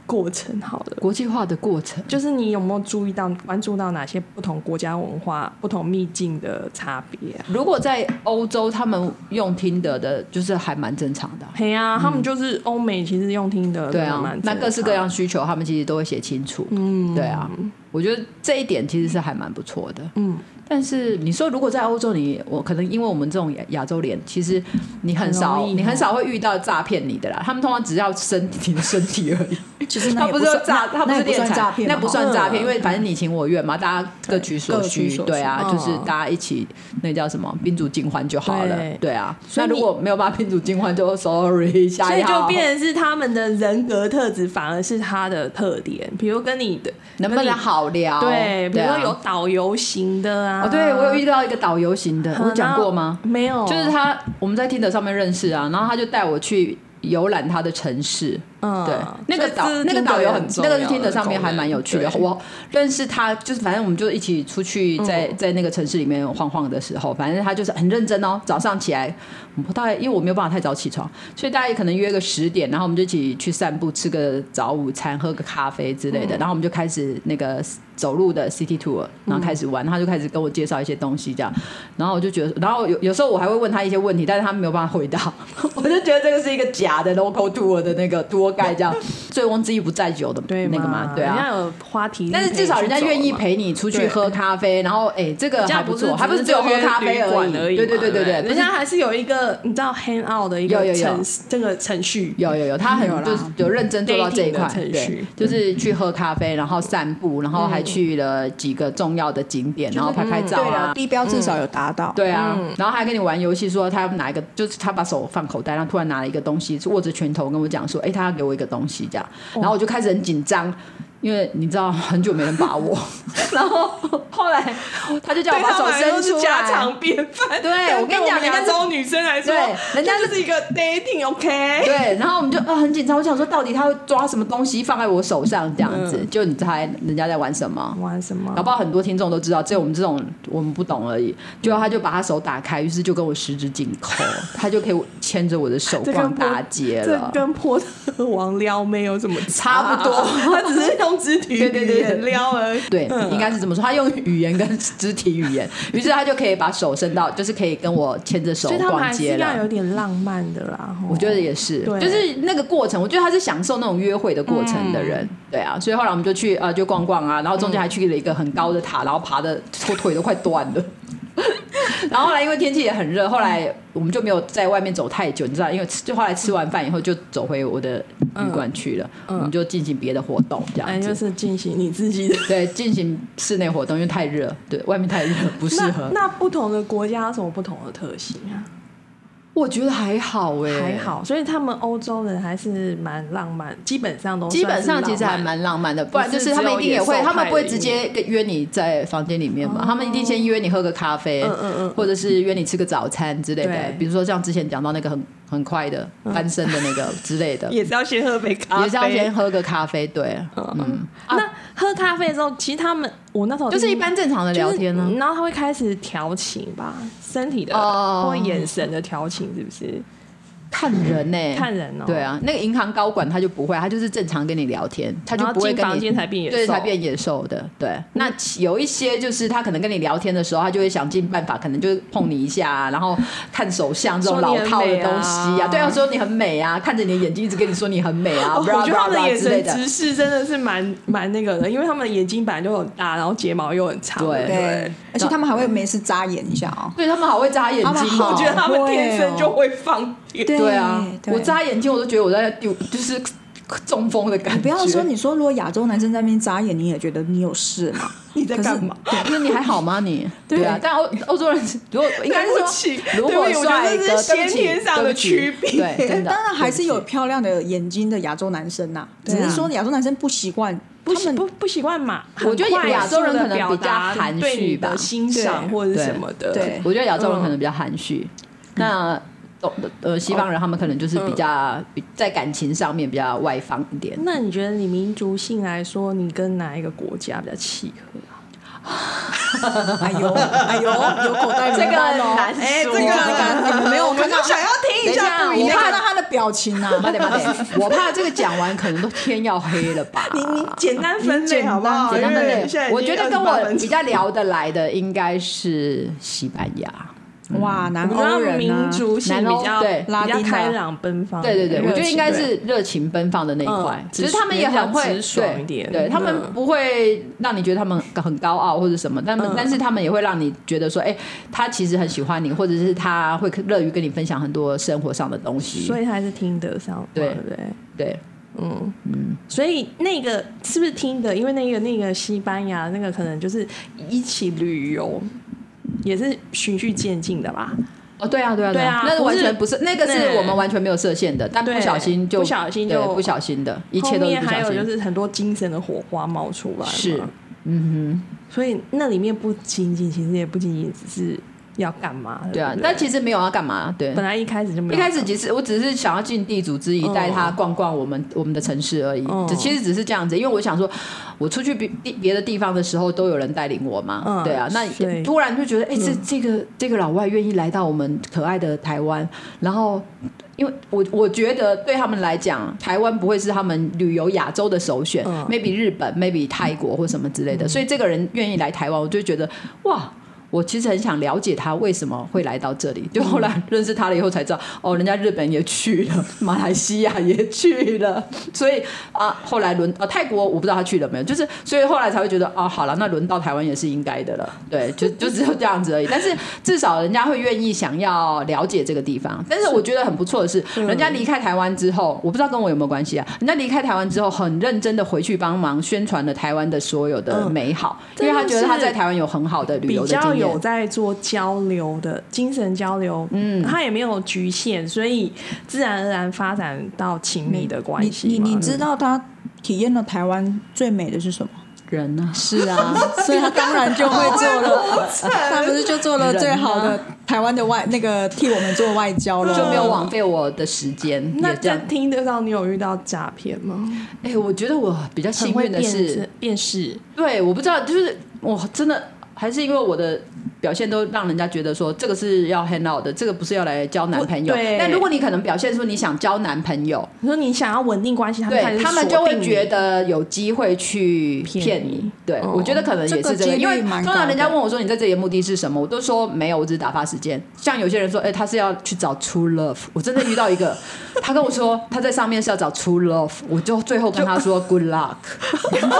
Speaker 5: 过程好了。
Speaker 1: 国际化的过程，
Speaker 5: 就是你有没有注意到、关注到哪些不同国家文化、不同秘境的差别、啊？
Speaker 1: 如果在欧洲，他们用听的的，就是还蛮正常的啊。
Speaker 5: 嘿啊，他们就是欧美，其实用听的
Speaker 1: 对
Speaker 5: 真的
Speaker 1: 啊
Speaker 5: 蛮，
Speaker 1: 那
Speaker 5: 正
Speaker 1: 各式
Speaker 5: 常
Speaker 1: 各样需求，他们其实都会写清楚。嗯，对啊，我觉得这一点其实是还蛮不错的。
Speaker 5: 嗯，
Speaker 1: 但是你说如果在欧洲你，我可能因为我们这种亚亚洲脸，其实你很少
Speaker 5: 很容易
Speaker 1: 你很
Speaker 5: 哦
Speaker 1: 少会遇到诈骗你的啦。他们通常只要身 体你的身体而已，
Speaker 3: 其实那
Speaker 1: 他
Speaker 3: 也
Speaker 1: 不是
Speaker 3: 算
Speaker 1: 诈，
Speaker 3: 那
Speaker 1: 他不
Speaker 3: 那
Speaker 1: 是
Speaker 3: 也不
Speaker 1: 敛
Speaker 3: 算
Speaker 1: 财，
Speaker 3: 诈骗嘛，
Speaker 1: 那不算
Speaker 3: 哈
Speaker 1: 诈
Speaker 5: 嗯
Speaker 1: 骗，因为反正你情我愿嘛，大家各取所
Speaker 3: 各取
Speaker 1: 需，
Speaker 3: 所
Speaker 1: 对啊，
Speaker 5: 需嗯
Speaker 1: 就是大家一起那叫什么宾主尽欢就好了
Speaker 5: 对，
Speaker 1: 对啊。
Speaker 5: 所
Speaker 1: 那
Speaker 5: 以
Speaker 1: 如
Speaker 5: 你
Speaker 1: 果没有办法宾主尽欢，就 sorry，下
Speaker 5: 所
Speaker 1: 一
Speaker 5: 以就
Speaker 1: 号
Speaker 5: 变成是他们的人格特质，反而是他的特点。比如跟你的
Speaker 1: 能不
Speaker 5: 跟你
Speaker 1: 能好聊？
Speaker 5: 对，比如
Speaker 1: 啊
Speaker 5: 说有导游型的啊。哦
Speaker 1: 哦，对我有遇到一个导游型的，
Speaker 5: 嗯，
Speaker 1: 我有讲
Speaker 5: 然后
Speaker 1: 过吗？
Speaker 5: 没有，
Speaker 1: 就是他，我们在 Tinder 上面认识啊，然后他就带我去游览他的城市。
Speaker 5: 嗯，
Speaker 1: 对，那个导
Speaker 5: 这是
Speaker 1: 那个
Speaker 5: Tinder
Speaker 1: 导游很
Speaker 5: 也重
Speaker 1: 那
Speaker 5: 要
Speaker 1: 个
Speaker 5: 的
Speaker 1: Tinder 上面
Speaker 5: 功能
Speaker 1: 还蛮有趣的。
Speaker 5: 对
Speaker 1: 我认识他，就是反正我们就一起出去在
Speaker 5: 嗯
Speaker 1: 在那个城市里面晃晃的时候，反正他就是很认真哦。早上起来，我们大概因为我没有办法太早起床，所以大概可能约个十点，然后我们就一起去散步，吃个早午餐，喝个咖啡之
Speaker 5: 嗯
Speaker 1: 类的，然后我们就开始那个走路的 City Tour，然后开始玩，他就开始跟我介绍一些东西这样，然后我就觉得，然后有有时候我还会问他一些问题，但是他没有办法回答， 我就觉得这个是一个假的 local tour 的那个 tour guide 这样，醉翁之意不在酒的
Speaker 5: 对
Speaker 1: 那个嘛，对
Speaker 5: 人
Speaker 1: 啊。
Speaker 5: 家有花体力陪
Speaker 1: 但
Speaker 5: 你
Speaker 1: 是
Speaker 5: 去走嘛，
Speaker 1: 至少人家愿意陪你出去
Speaker 5: 对
Speaker 1: 喝咖啡，然后哎、这个
Speaker 5: 这
Speaker 1: 还
Speaker 5: 样
Speaker 1: 不
Speaker 5: 不是
Speaker 1: 错，还不是只有喝咖啡
Speaker 5: 只是
Speaker 1: 而
Speaker 5: 约
Speaker 1: 已
Speaker 5: 旅馆。
Speaker 1: 对对
Speaker 5: 嘛
Speaker 1: 对对对，不
Speaker 5: 人
Speaker 1: 是
Speaker 5: 家还是有一个你知道 hang out 的一
Speaker 1: 有有
Speaker 5: 个
Speaker 1: 有
Speaker 5: 程这个程序，
Speaker 1: 有有有，他很
Speaker 3: 有啦
Speaker 1: 就是有认真做到这一块
Speaker 5: Dating 的，程
Speaker 1: 对
Speaker 5: 序，
Speaker 1: 就是去喝咖啡，然后散步，然后还去了几个重要的景点，然后拍拍照
Speaker 3: 对啊，
Speaker 1: 啊。
Speaker 3: 地标至少有达到。
Speaker 1: 对啊，然后还跟你玩游戏，说他拿一个，就是他把手放口袋，然后突然拿了一个东西，握着拳头跟我讲说：“哎、他要给我一个东西。”这样，然后我就开始很紧张，因为你知道很久没人把我，然后后来他就叫我
Speaker 5: 对
Speaker 1: 把
Speaker 5: 他
Speaker 1: 手
Speaker 5: 们来说
Speaker 1: 伸出
Speaker 5: 是
Speaker 1: 来，
Speaker 5: 家常便饭。
Speaker 1: 对
Speaker 5: 但
Speaker 1: 我跟你讲
Speaker 5: 对
Speaker 1: 人家
Speaker 5: 亚
Speaker 1: 是
Speaker 5: 洲女生来说
Speaker 1: 对，人家
Speaker 5: 这就是一个 dating，OK？
Speaker 1: 对，然后我们就啊、很紧张，我想说到底他会抓什么东西放在我手上这样子，就你猜人家在玩什么？
Speaker 5: 玩什么
Speaker 1: 搞？不好很多听众都知道，只有我们这种我们不懂而已。就他就把他手打开，于是就跟我十指紧扣，他就给我牵着我的手
Speaker 5: 这
Speaker 1: 逛
Speaker 5: 跟
Speaker 1: 大街
Speaker 5: 这
Speaker 1: 了。
Speaker 5: 跟波特王撩妹有什么
Speaker 1: 差不多
Speaker 5: 他只是用肢体
Speaker 1: 对对
Speaker 5: 语
Speaker 1: 对
Speaker 5: 言撩而已。
Speaker 1: 对，应该是这么说。他用语言跟 肢体语言，于是他就可以把手伸到，就是可以跟我牵着手
Speaker 5: 所以他们
Speaker 1: 逛
Speaker 5: 还是
Speaker 1: 街
Speaker 5: 要
Speaker 1: 了
Speaker 5: 有。点浪漫的啦。吼
Speaker 1: 我觉得也是，
Speaker 5: 对
Speaker 1: 就是那个过程，我觉得他是享受那种约会的过程的人，对啊。所以后来我们就去啊、呃就逛逛啊，然后中间还去了一个很高的塔，然后爬的我腿都快断了。 然后后来因为天气也很热，后来我们就没有在外面走太久，你知道，因为吃就后来吃完饭以后就走回我的旅馆去了，我们就进行别的活动这
Speaker 5: 哎，
Speaker 1: 样子。
Speaker 5: 就是进行你自己的。
Speaker 1: 对，进行室内活动，因为太热，对外面太热不适
Speaker 5: 那
Speaker 1: 合。
Speaker 5: 那不同的国家有什么不同的特性啊？
Speaker 1: 我觉得还好哎、
Speaker 5: 还。好，欸所以他们欧洲人还是蛮浪漫，基本上都
Speaker 1: 基
Speaker 5: 哦算
Speaker 1: 本
Speaker 5: 是
Speaker 1: 上其实
Speaker 5: 浪
Speaker 1: 还
Speaker 5: 漫
Speaker 1: 蛮浪漫的，不然
Speaker 5: 不
Speaker 1: 就是是他们一定也
Speaker 5: 只有
Speaker 1: 会
Speaker 5: 野，兽
Speaker 1: 他们不
Speaker 5: 派
Speaker 1: 会
Speaker 5: 的
Speaker 1: 直接跟约你在房间里面嘛，他们一定先约你喝个咖啡，
Speaker 5: 哦嗯嗯嗯
Speaker 1: 或者是约你吃个早餐之类的
Speaker 5: 对。
Speaker 1: 比如说像之前讲到那个很很快的翻身的那个之类的，
Speaker 5: 也是要先喝杯嗯咖啡， 啊
Speaker 1: 也是要先喝个咖啡，对，嗯，
Speaker 5: 那喝咖啡的时候，其实他们我那时候
Speaker 1: 就是一般正常的聊天呢啊
Speaker 5: 就是。然嗯后他会开始调情吧，身体的
Speaker 1: 哦
Speaker 5: 或眼神的调情，是不是？
Speaker 1: 看人呢、
Speaker 5: 看人哦
Speaker 1: 对啊，那个银行高管他就不会，他就是正常跟你聊天，他就
Speaker 5: 然后
Speaker 1: 不会
Speaker 5: 进
Speaker 1: 跟
Speaker 5: 房
Speaker 1: 你
Speaker 5: 间才变野
Speaker 1: 对，
Speaker 5: 兽
Speaker 1: 才变野兽的。对，那有一些就是他可能跟你聊天的时候，他就会想尽办法，可能就是碰你一下、啊， 然后看手相这种
Speaker 5: 说
Speaker 1: 老
Speaker 5: 你很
Speaker 1: 套的
Speaker 5: 美啊
Speaker 1: 东西啊，对啊，说你很美啊，看着你的眼睛一直跟你说你很美啊，
Speaker 5: 哦，我
Speaker 1: blah
Speaker 5: 觉得他
Speaker 1: blah
Speaker 5: 们
Speaker 1: blah
Speaker 5: 的眼
Speaker 1: 之类
Speaker 5: 神
Speaker 1: 的。
Speaker 5: 直视真的是蛮蛮那个的，因为他们的眼睛本来就很大，然后睫毛又很长。
Speaker 1: 对
Speaker 3: 对，而且他们还会没事眨眼一下哦。
Speaker 1: 对他们好会眨眼
Speaker 3: 他们
Speaker 1: 睛
Speaker 3: 好
Speaker 1: 哦，
Speaker 5: 我觉得他们天生就会放电。
Speaker 3: 对
Speaker 1: 对啊，
Speaker 3: 对
Speaker 1: 我眨眼睛我都觉得我在丢，就是中风的感觉。
Speaker 3: 你不要说，你说如果亚洲男生在那边眨眼，你也觉得 你有事嘛？
Speaker 5: 你在干嘛？
Speaker 1: 对那你还好吗你？对啊，但欧欧洲人如果应该是
Speaker 5: 对不
Speaker 1: 说
Speaker 5: 起，
Speaker 1: 如
Speaker 5: 对不
Speaker 1: 果
Speaker 5: 起我
Speaker 1: 帅
Speaker 5: 觉得
Speaker 1: 哥，
Speaker 5: 这是
Speaker 1: 对不
Speaker 5: 先
Speaker 1: 起
Speaker 5: 天上的
Speaker 1: 对不起
Speaker 5: 区别
Speaker 1: 对，真的
Speaker 3: 当然还是有
Speaker 1: 对不起
Speaker 3: 漂亮的眼睛的亚洲男生呐，只
Speaker 1: 对啊
Speaker 3: 是说亚洲男生不习惯，
Speaker 5: 不
Speaker 3: 他
Speaker 5: 习
Speaker 3: 们
Speaker 5: 不不习惯嘛？
Speaker 1: 我觉得
Speaker 5: 很快
Speaker 1: 亚洲人
Speaker 5: 速地
Speaker 1: 可能
Speaker 5: 表
Speaker 1: 比较
Speaker 5: 达
Speaker 1: 含
Speaker 5: 对你
Speaker 1: 蓄吧
Speaker 5: 的欣赏
Speaker 3: 对
Speaker 5: 或者
Speaker 1: 对
Speaker 5: 什么的。
Speaker 3: 对
Speaker 1: 我觉得亚洲人可能比较含蓄，那懂呃西方人他们可能就是比较比在感情上面比较外放一点。
Speaker 5: 那你觉得你民族性来说，你跟哪一个国家比较契合啊？
Speaker 3: 哎呦 哎呦有口袋名
Speaker 1: 这个
Speaker 3: 单哦，
Speaker 1: 难
Speaker 5: 哎
Speaker 1: 说，
Speaker 5: 这
Speaker 3: 这
Speaker 5: 个
Speaker 3: 个你们没有看到，
Speaker 5: 想要听
Speaker 1: 一下
Speaker 3: 你
Speaker 1: 我
Speaker 3: 没
Speaker 1: 怕
Speaker 3: 看到他的表情 啊？
Speaker 1: 慢点慢点， 我怕这个讲完可能都天要黑了吧。
Speaker 5: 你你简单分类好不好？
Speaker 1: 简单的
Speaker 5: 因为
Speaker 1: 类
Speaker 5: 现在已，经
Speaker 1: 我觉得跟
Speaker 5: 28
Speaker 1: 我
Speaker 5: 分
Speaker 1: 比
Speaker 5: 钟
Speaker 1: 较聊得来的应该是西班牙。
Speaker 3: 哇，南
Speaker 5: 我觉得他
Speaker 3: 欧
Speaker 5: 们
Speaker 3: 人啊
Speaker 5: 民族性比
Speaker 1: 南
Speaker 5: 较
Speaker 1: 欧对
Speaker 5: 比
Speaker 3: 拉丁
Speaker 5: 较
Speaker 3: 的
Speaker 5: 开朗奔放，
Speaker 1: 对对对，
Speaker 5: 热情
Speaker 1: 我觉得应该是热情奔放的那一块
Speaker 5: 嗯，
Speaker 1: 其
Speaker 5: 直
Speaker 1: 实他们也很
Speaker 5: 比较
Speaker 1: 会
Speaker 5: 直爽一点
Speaker 1: 对对
Speaker 5: 嗯
Speaker 1: 他们不会让你觉得他们很很高傲或 者什么，他们
Speaker 5: 嗯
Speaker 1: 但是他们也会让你觉得说，哎，他其实很喜欢你，或者是他会乐于跟你分享很多生活上的东
Speaker 5: 对
Speaker 1: 西。
Speaker 5: 所以还是听得上嘛，
Speaker 1: 对
Speaker 5: 对不对？
Speaker 1: 对，
Speaker 5: 嗯嗯，所以那个是不是听的？因为那个那个西班牙那个可能就是一起旅游，也是循序渐进的吧？
Speaker 1: 哦，对啊，对啊，啊，
Speaker 5: 对啊
Speaker 1: 那是完全不
Speaker 5: 不
Speaker 1: 是那个是
Speaker 5: 对
Speaker 1: 我们完全没有设限的，但不
Speaker 5: 对
Speaker 1: 小心就
Speaker 5: 不小心
Speaker 1: 对
Speaker 5: 就
Speaker 1: 不小心的，一切都
Speaker 5: 后
Speaker 1: 是
Speaker 5: 面
Speaker 1: 不
Speaker 5: 还
Speaker 1: 小
Speaker 5: 有就
Speaker 1: 心。
Speaker 5: 是很多精神的火花冒出来嘛，
Speaker 1: 是，嗯
Speaker 5: 所以那里面不仅仅其实也不仅仅只是要干嘛，
Speaker 1: 哼，对啊
Speaker 5: 不，
Speaker 1: 但其实没有要干嘛，对，
Speaker 5: 本来一开始就没
Speaker 1: 一
Speaker 5: 有
Speaker 1: 开始只是我只是想要尽地主之谊，
Speaker 5: 嗯
Speaker 1: 带他逛逛我们我们的城市而已
Speaker 5: 嗯，
Speaker 1: 只其实只是这样子，因为我想说，我出去别地别的地方的时候都有人带领我嘛，
Speaker 5: 嗯
Speaker 1: 对啊，那
Speaker 5: 所以
Speaker 1: 突然就觉得，哎，这这个这个老外愿意来到我们可爱的台湾，然后。因为我我觉得对他们来讲，台湾不会是他们旅游亚洲的首选、
Speaker 5: 嗯
Speaker 1: m a y b e 日本，maybe 泰国或什么之类的。所以这个人愿意来台湾，我就觉得哇，我其实很想了解他为什么会来到这里。就后来认识他了以后才知道，哦，人家日本也去了，马来西亚也去了， 所以啊，后来轮啊泰国我不知道他去了没有，就是所以后来才会觉得啊，好了，那轮到台湾也是应该的了。对，就 就只有这样子而已。但是至少人家会愿意想要了解这个地方。但是我觉得很不错的是，人家离开台湾之后，我不知道跟我有没有关系啊，人家离开台湾之后，很认真的回去帮忙宣传了台湾的所有的美好，因为他觉得他在台湾有很好的旅
Speaker 5: 比
Speaker 1: 游的
Speaker 5: 较
Speaker 1: 经
Speaker 5: 有
Speaker 1: 验。
Speaker 5: 在做交流的精神交流，嗯，他也没有局限，所以自然而然发展到亲密的关
Speaker 3: 你
Speaker 5: 系嘛。
Speaker 3: 你你
Speaker 5: 对
Speaker 3: 知
Speaker 5: 不对
Speaker 3: 道他体验了台湾最美的是什么？
Speaker 1: 人呢、
Speaker 3: 是啊，所以他当然就会做了，他不是就做了最好
Speaker 1: 人啊
Speaker 3: 的台湾的外那个替我们做外交了，
Speaker 1: 就没有枉费我的时间。
Speaker 5: 那
Speaker 1: 也这样
Speaker 5: 在，听得到你有遇到诈骗吗？
Speaker 1: 哎、我觉得我比较幸
Speaker 5: 很会
Speaker 1: 运的
Speaker 5: 辨
Speaker 1: 是
Speaker 5: 识，辨识
Speaker 1: 对，我不知道，就是我真的还是因为我的表现都让人家觉得说这个是要 hang out 的，这个不是要来交男朋友
Speaker 3: 不对。
Speaker 1: 但如果你可能表现出你想交男朋友，
Speaker 5: 你说你想要稳定关系，他们开
Speaker 1: 对
Speaker 5: 始
Speaker 1: 他们
Speaker 5: 锁
Speaker 1: 就会
Speaker 5: 定你
Speaker 1: 觉得有机会去
Speaker 5: 骗
Speaker 1: 骗
Speaker 5: 你
Speaker 1: 你。对、
Speaker 5: 哦
Speaker 1: 我觉得可能也是
Speaker 3: 这个
Speaker 1: 这
Speaker 3: 几
Speaker 1: 个，
Speaker 3: 率
Speaker 1: 因为
Speaker 3: 蛮
Speaker 1: 通
Speaker 3: 高的
Speaker 1: 常人家问我说你在这里的目的是什么，我都说没有，我只是打发时间。像有些人说，哎、他是要去找 true love，我真的遇到一 个，他跟我说他在上面是要找 true love，我就最后跟他说 good luck。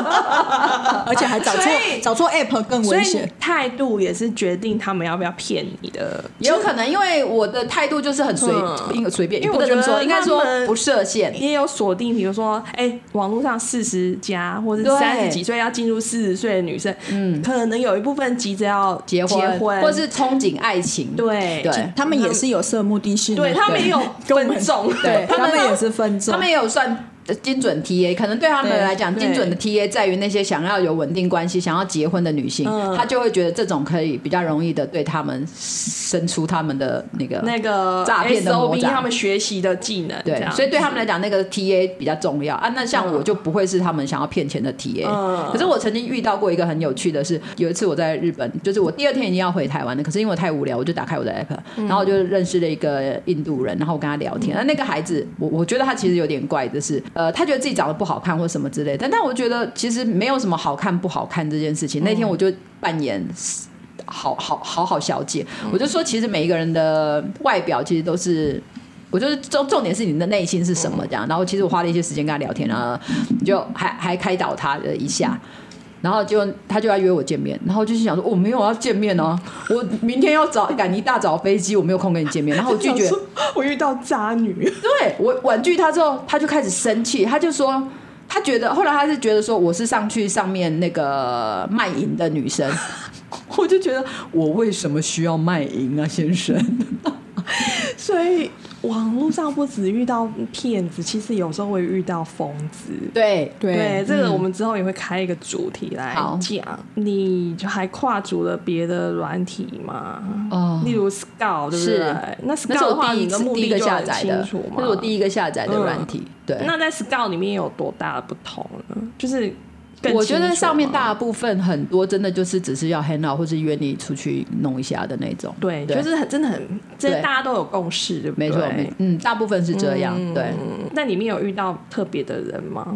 Speaker 3: 而且还找错
Speaker 5: 所以
Speaker 3: 找错 app 更
Speaker 5: 所
Speaker 3: 危
Speaker 5: 以
Speaker 3: 险
Speaker 5: 你。态度也是决定他们要不要骗你的。
Speaker 1: 也有可能，因为我的态度就是很随
Speaker 5: 嗯
Speaker 1: 应随便，
Speaker 5: 因为
Speaker 1: 也不
Speaker 5: 我
Speaker 1: 能这么
Speaker 5: 觉得
Speaker 1: 说，应该
Speaker 5: 他
Speaker 1: 说
Speaker 5: 们
Speaker 1: 不设限。
Speaker 5: 也有锁定，比如说，哎、网络上四十加或者
Speaker 1: 对
Speaker 5: 三十几岁要进入四十岁的女生，嗯，可能有一部分急着要
Speaker 1: 结
Speaker 5: 婚，
Speaker 1: 婚，
Speaker 5: 结
Speaker 1: 或是憧憬爱情，
Speaker 5: 对
Speaker 1: 对
Speaker 3: 他们也是有设目的性的，
Speaker 5: 对他 们也有分众，
Speaker 1: 对
Speaker 3: 他
Speaker 1: 他
Speaker 3: 们
Speaker 1: 们
Speaker 3: 也是分众
Speaker 1: 他。们也有算呃精准 TA，可能对他们
Speaker 3: 对
Speaker 1: 来讲，
Speaker 5: 对
Speaker 1: 精准的 TA 在于那些想要有稳定关系、想要结婚的女性，
Speaker 5: 嗯
Speaker 1: 她就会觉得这种可以比较容易的对他们伸出他们的那个
Speaker 5: 那个
Speaker 1: 诈骗的魔
Speaker 5: SOB
Speaker 1: 掌
Speaker 5: 他们学习的技能，这
Speaker 1: 对，
Speaker 5: 样
Speaker 1: 所以对他们来讲，那个 TA 比较重要啊。那像我就不会是他们想要骗钱的 TA。
Speaker 5: 嗯
Speaker 1: 可是我曾经遇到过一个很有趣的是，有一次我在日本，就是我第二天已经要回台湾了，可是因为我太无聊，我就打开我的 app，、然后
Speaker 5: 嗯
Speaker 1: 我就认识了一个印度人，然后我跟他聊天。那、那个孩子，我我觉得他其实有点怪的是，呃，他觉得自己长得不好看或什么之类的，但但我觉得其实没有什么好看不好看这件事情。那
Speaker 5: 嗯
Speaker 1: 天我就扮演好好好好小姐，
Speaker 5: 嗯
Speaker 1: 我就说，其实每一个人的外表其实都是。我就是重重点是你的内心是什么这样，然后其实我花了一些时间跟他聊天，然后就还还开导他了一下，然后就他就要约我见面，然后我就是想说我、没有要见面哦、我明天要早赶一大早飞机，我没有空跟你 见面，然后我拒绝，
Speaker 5: 我遇到 渣女，
Speaker 1: 对我婉拒他之后，他就开始生气，他就说。他觉得，后来他是觉得说我是上去上面那个卖淫的女生， 我就觉得我为什么需要卖淫啊，先生？
Speaker 5: 所以网络上不止遇到骗子，其实有时候会遇到疯子。
Speaker 1: 对嗯
Speaker 3: 对
Speaker 5: 对，这个我们之后也会开一个主题来
Speaker 1: 好
Speaker 5: 讲。你就还跨足了别的软体吗？
Speaker 1: 哦
Speaker 5: 例如 Scout，对不
Speaker 1: 是
Speaker 5: 对？那 Scout
Speaker 1: 那是
Speaker 5: 的
Speaker 1: 我
Speaker 5: 话，
Speaker 1: 第
Speaker 5: 你
Speaker 1: 一
Speaker 5: 的
Speaker 1: 次
Speaker 5: 目
Speaker 1: 第一
Speaker 5: 的
Speaker 1: 个
Speaker 5: 就
Speaker 1: 下
Speaker 5: 很
Speaker 1: 载
Speaker 5: 清
Speaker 1: 的
Speaker 5: 楚嘛，？嗯
Speaker 1: 那是我第一个下载的软体。对，
Speaker 5: 那在 Scout 里面有多大的不同呢？就是更
Speaker 1: 我觉
Speaker 5: 清
Speaker 1: 得
Speaker 5: 楚
Speaker 1: 上面
Speaker 5: 吗
Speaker 1: 大部分很多真的就是只是要 hang out 或是约你出去弄一下的那种。
Speaker 5: 对，
Speaker 1: 对
Speaker 5: 就是很真的很，这
Speaker 1: 对
Speaker 5: 大家都有共识，对不对？
Speaker 1: 没错，没错嗯，大部分是这样。对，
Speaker 5: 嗯那里面有遇到特别的人吗？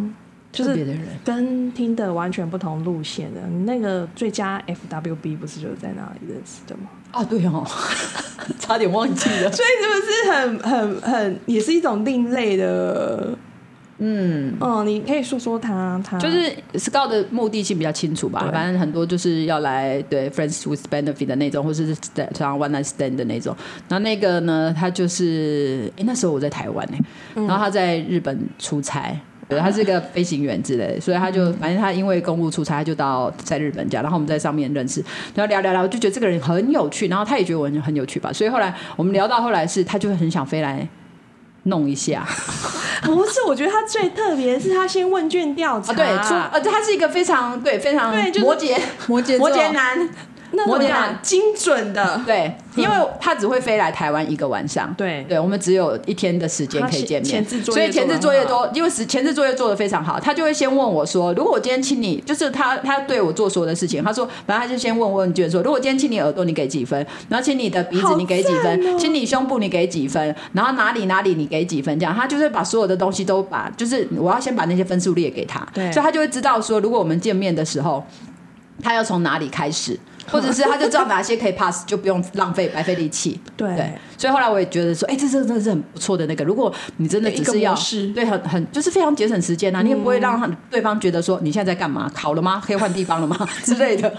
Speaker 5: 就
Speaker 1: 特别
Speaker 5: 是
Speaker 1: 的人。
Speaker 5: 跟听的完全不同路线的，你那个最佳 FWB 不是就是在那里认识的吗？
Speaker 1: 哦，对哦， 差点忘记了。
Speaker 5: 所以是不是很很很，也是一种另类的？嗯嗯，你可以说说他，他
Speaker 1: 就是 Scout 的目的性比较清楚吧
Speaker 5: 嗯对，
Speaker 1: 反正很多就是要来对 Friends with Benefit 的那种，或者是常常 One Night Stand 的那种。然后那个呢，他就是诶那时候我在台湾呢、
Speaker 5: 嗯
Speaker 1: 然后他在日本出差。对，他是个飞行员之类的，所以他
Speaker 5: 嗯
Speaker 1: 就反正他因为公务出差，他就到在日本家，然后我们在上面认识，然后聊聊聊，我就觉得这个人很有趣，然后他也觉得我很很有趣吧，所以后来我们聊到后来是，他就很想飞来弄一下，
Speaker 5: 不是？我觉得他最特别的是他先问卷调查，
Speaker 1: 啊，对，出呃，他是一个非常对非常
Speaker 5: 对就是
Speaker 1: 摩羯
Speaker 3: 摩羯座
Speaker 1: 摩羯男，
Speaker 5: 那
Speaker 1: 摩
Speaker 5: 我
Speaker 1: 羯
Speaker 5: 讲
Speaker 1: 男
Speaker 5: 精准的，
Speaker 1: 对，因为他只会飞来台湾一个晚上，
Speaker 5: 对
Speaker 1: 对我们只有一天的时间可以见
Speaker 5: 他
Speaker 1: 面，
Speaker 5: 前前置作业
Speaker 1: 所以前置作业
Speaker 5: 做
Speaker 1: 都因为前置作业做的非常好，他就会先问我说，如果我今天请你，就是他他对我做所有的事情，他说，反正他就先问问卷说，如果今天亲你耳朵你给几分，然后亲你的鼻子
Speaker 5: 好
Speaker 1: 你给几分，
Speaker 5: 赞哦
Speaker 1: 亲你胸部你给几分，然后哪里哪里你给几分，这样他就是把所有的东西都把，就是我要先把那些分数列给他，
Speaker 5: 对
Speaker 1: 所以他就会知道说，如果我们见面的时候。他要从哪里开始，或者是他就知道哪些可以 pass，就不用浪费白费力气。
Speaker 5: 对
Speaker 1: 对，所以后来我也觉得说，哎、这这真的是很不错的那个。如果你真的只是要
Speaker 5: 一个模式嗯
Speaker 1: 对，很很就是非常节省时间啊，你也不会让他对方觉得说你现在在干嘛，考了吗？可以换地方了吗 之类的。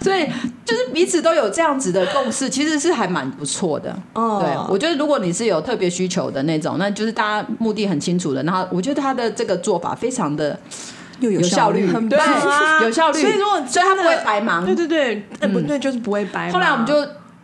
Speaker 1: 所以就是彼此都有这样子的共识，其实是还蛮不错的。
Speaker 5: 哦
Speaker 1: 对，我觉得如果你是有特别需求的那种，那就是大家目的很清楚的。然后我觉得他的这个做法非常的
Speaker 3: 又有
Speaker 1: 有效率，
Speaker 3: 很
Speaker 1: 对
Speaker 5: 棒 啊
Speaker 1: 有效率。
Speaker 5: 所以如果
Speaker 1: 所以他不
Speaker 5: 真的
Speaker 1: 会白忙，哎
Speaker 5: 对对对，那不对就是不会白
Speaker 1: 嗯
Speaker 5: 忙。
Speaker 1: 后来我们就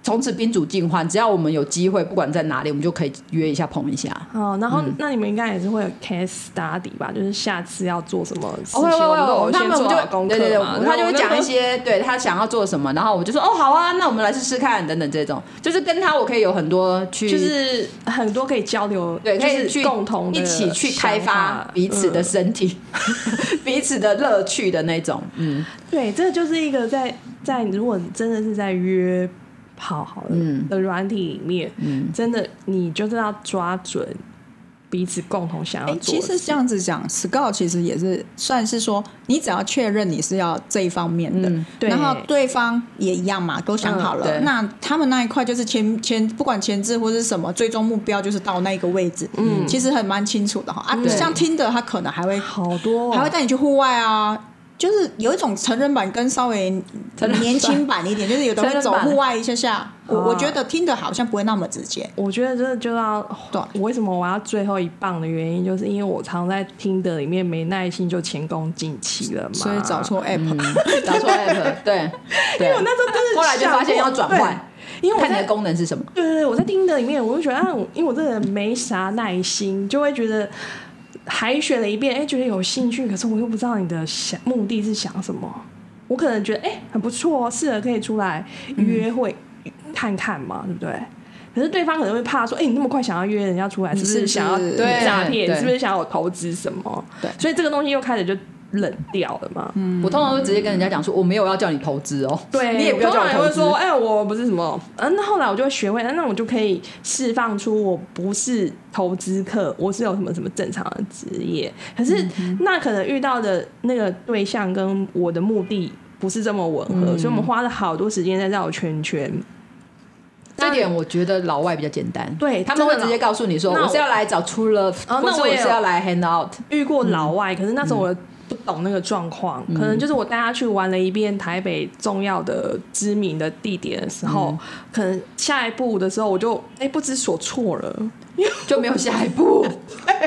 Speaker 1: 从此宾主尽欢，只要我们有机会，不管在哪里，我们就可以约一下碰一下。
Speaker 5: 哦，然后、
Speaker 1: 嗯
Speaker 5: 那你们应该也是会有 case study 吧？就是下次要做什么事情，
Speaker 1: 哦，会会
Speaker 5: 我们都
Speaker 1: 会，
Speaker 5: 有
Speaker 1: 他
Speaker 5: 先
Speaker 1: 们
Speaker 5: 做好
Speaker 1: 就
Speaker 5: 功
Speaker 1: 对对
Speaker 5: 课
Speaker 1: 对
Speaker 5: 嘛。，
Speaker 1: 他就会
Speaker 5: 然后
Speaker 1: 讲一些对他想要做什么，然后我就说哦好啊，那我们来试试看等等这种，就是跟他我可以有很多去
Speaker 5: 就是很多可以交流，
Speaker 1: 对，可
Speaker 5: 就
Speaker 1: 以
Speaker 5: 是
Speaker 1: 去
Speaker 5: 共同的
Speaker 1: 一起去开
Speaker 5: 想
Speaker 1: 发
Speaker 5: 法
Speaker 1: 彼此的
Speaker 5: 嗯
Speaker 1: 身体、 彼此的乐趣的那种。嗯，
Speaker 5: 对，这就是一个在在如果你真的是在约跑好了、
Speaker 1: 嗯
Speaker 5: 的软体里面，
Speaker 1: 嗯
Speaker 5: 真的你就是要抓准彼此共同想
Speaker 3: 哎、
Speaker 5: 要做
Speaker 3: 其
Speaker 5: 的事。
Speaker 3: 实这样子讲，scout 其实也是算是说，你只要确认你是要这一方面的，
Speaker 1: 嗯
Speaker 5: 对
Speaker 3: 然后对方也一样嘛，都想好
Speaker 1: 嗯
Speaker 3: 了。
Speaker 1: 对
Speaker 3: 那他们那一块就是前前不管前置或是什么，最终目标就是到那个位置，
Speaker 5: 嗯
Speaker 3: 其实很蛮清楚的哈。啊，
Speaker 1: 对
Speaker 3: 像听的他可能还会
Speaker 5: 好多、哦，
Speaker 3: 还会带你去户外啊。就是有一种成人版跟稍微
Speaker 1: 成人版
Speaker 3: 年轻版一点，就是有的会走
Speaker 1: 成人版
Speaker 3: 户外一下下。我
Speaker 5: 哦
Speaker 3: 我觉得听的好像不会那么直接，
Speaker 5: 我觉得真的就要，
Speaker 3: 对
Speaker 5: 我为什么我要最后一棒的原因，就是因为我常在听的里面没耐心就前功尽弃了嘛，
Speaker 3: 所以找。错 app。
Speaker 1: 找错 app，对，对。
Speaker 5: 我那时候真的
Speaker 1: 后来就发现要转换，
Speaker 5: 对，因为我
Speaker 1: 看你
Speaker 5: 在
Speaker 1: 的功能是什么。
Speaker 5: 对对对，我在听的里面，我就觉得啊，我因为我这个人没啥耐心，就会觉得海选了一遍，哎，觉得有兴趣，可是我又不知道你的想目的是想什么。我可能觉得哎很不错哦，适合可以出来约会、看看嘛，对不对？可是对方可能会怕说，哎、你那么快想要约人家出来，是不
Speaker 3: 是不是
Speaker 5: 是想要
Speaker 1: 对
Speaker 5: 诈骗？
Speaker 1: 对
Speaker 5: 你是不是想要我投资什么？
Speaker 3: 对
Speaker 5: 所以这个东西又开始就冷掉了嘛。
Speaker 1: 我通常会直接跟人家讲说，我没有要叫你投资哦，
Speaker 5: 对，
Speaker 1: 你也不要
Speaker 5: 我
Speaker 1: 叫我
Speaker 5: 通常
Speaker 1: 投
Speaker 5: 会
Speaker 1: 资。
Speaker 5: 说，哎、我不是什么，嗯、那后来我就会学会，那我就可以释放出我不是投资客，我是有什么什么正常的职业。可是、
Speaker 1: 嗯
Speaker 5: 那可能遇到的那个对象跟我的目的不是这么吻合，
Speaker 1: 嗯
Speaker 5: 所以我们花了好多时间在绕圈圈。
Speaker 1: 这点我觉得老外比较简单，
Speaker 5: 对
Speaker 1: 他们会
Speaker 5: 真的
Speaker 1: 直接告诉你说，
Speaker 5: 那我
Speaker 1: 我是要来找 true love，
Speaker 5: 哦
Speaker 1: 或
Speaker 5: 那
Speaker 1: 是
Speaker 5: 我
Speaker 1: 我
Speaker 5: 也
Speaker 1: 是要来 hang out。
Speaker 5: 遇过老
Speaker 1: 嗯
Speaker 5: 外，可是那时候我不懂那个状况，可能就是我带他去玩了一遍台北重要的知名的地点的时
Speaker 1: 嗯
Speaker 5: 候，可能下一步的时候我就哎、不知所措了，因为
Speaker 1: 就没有下一步，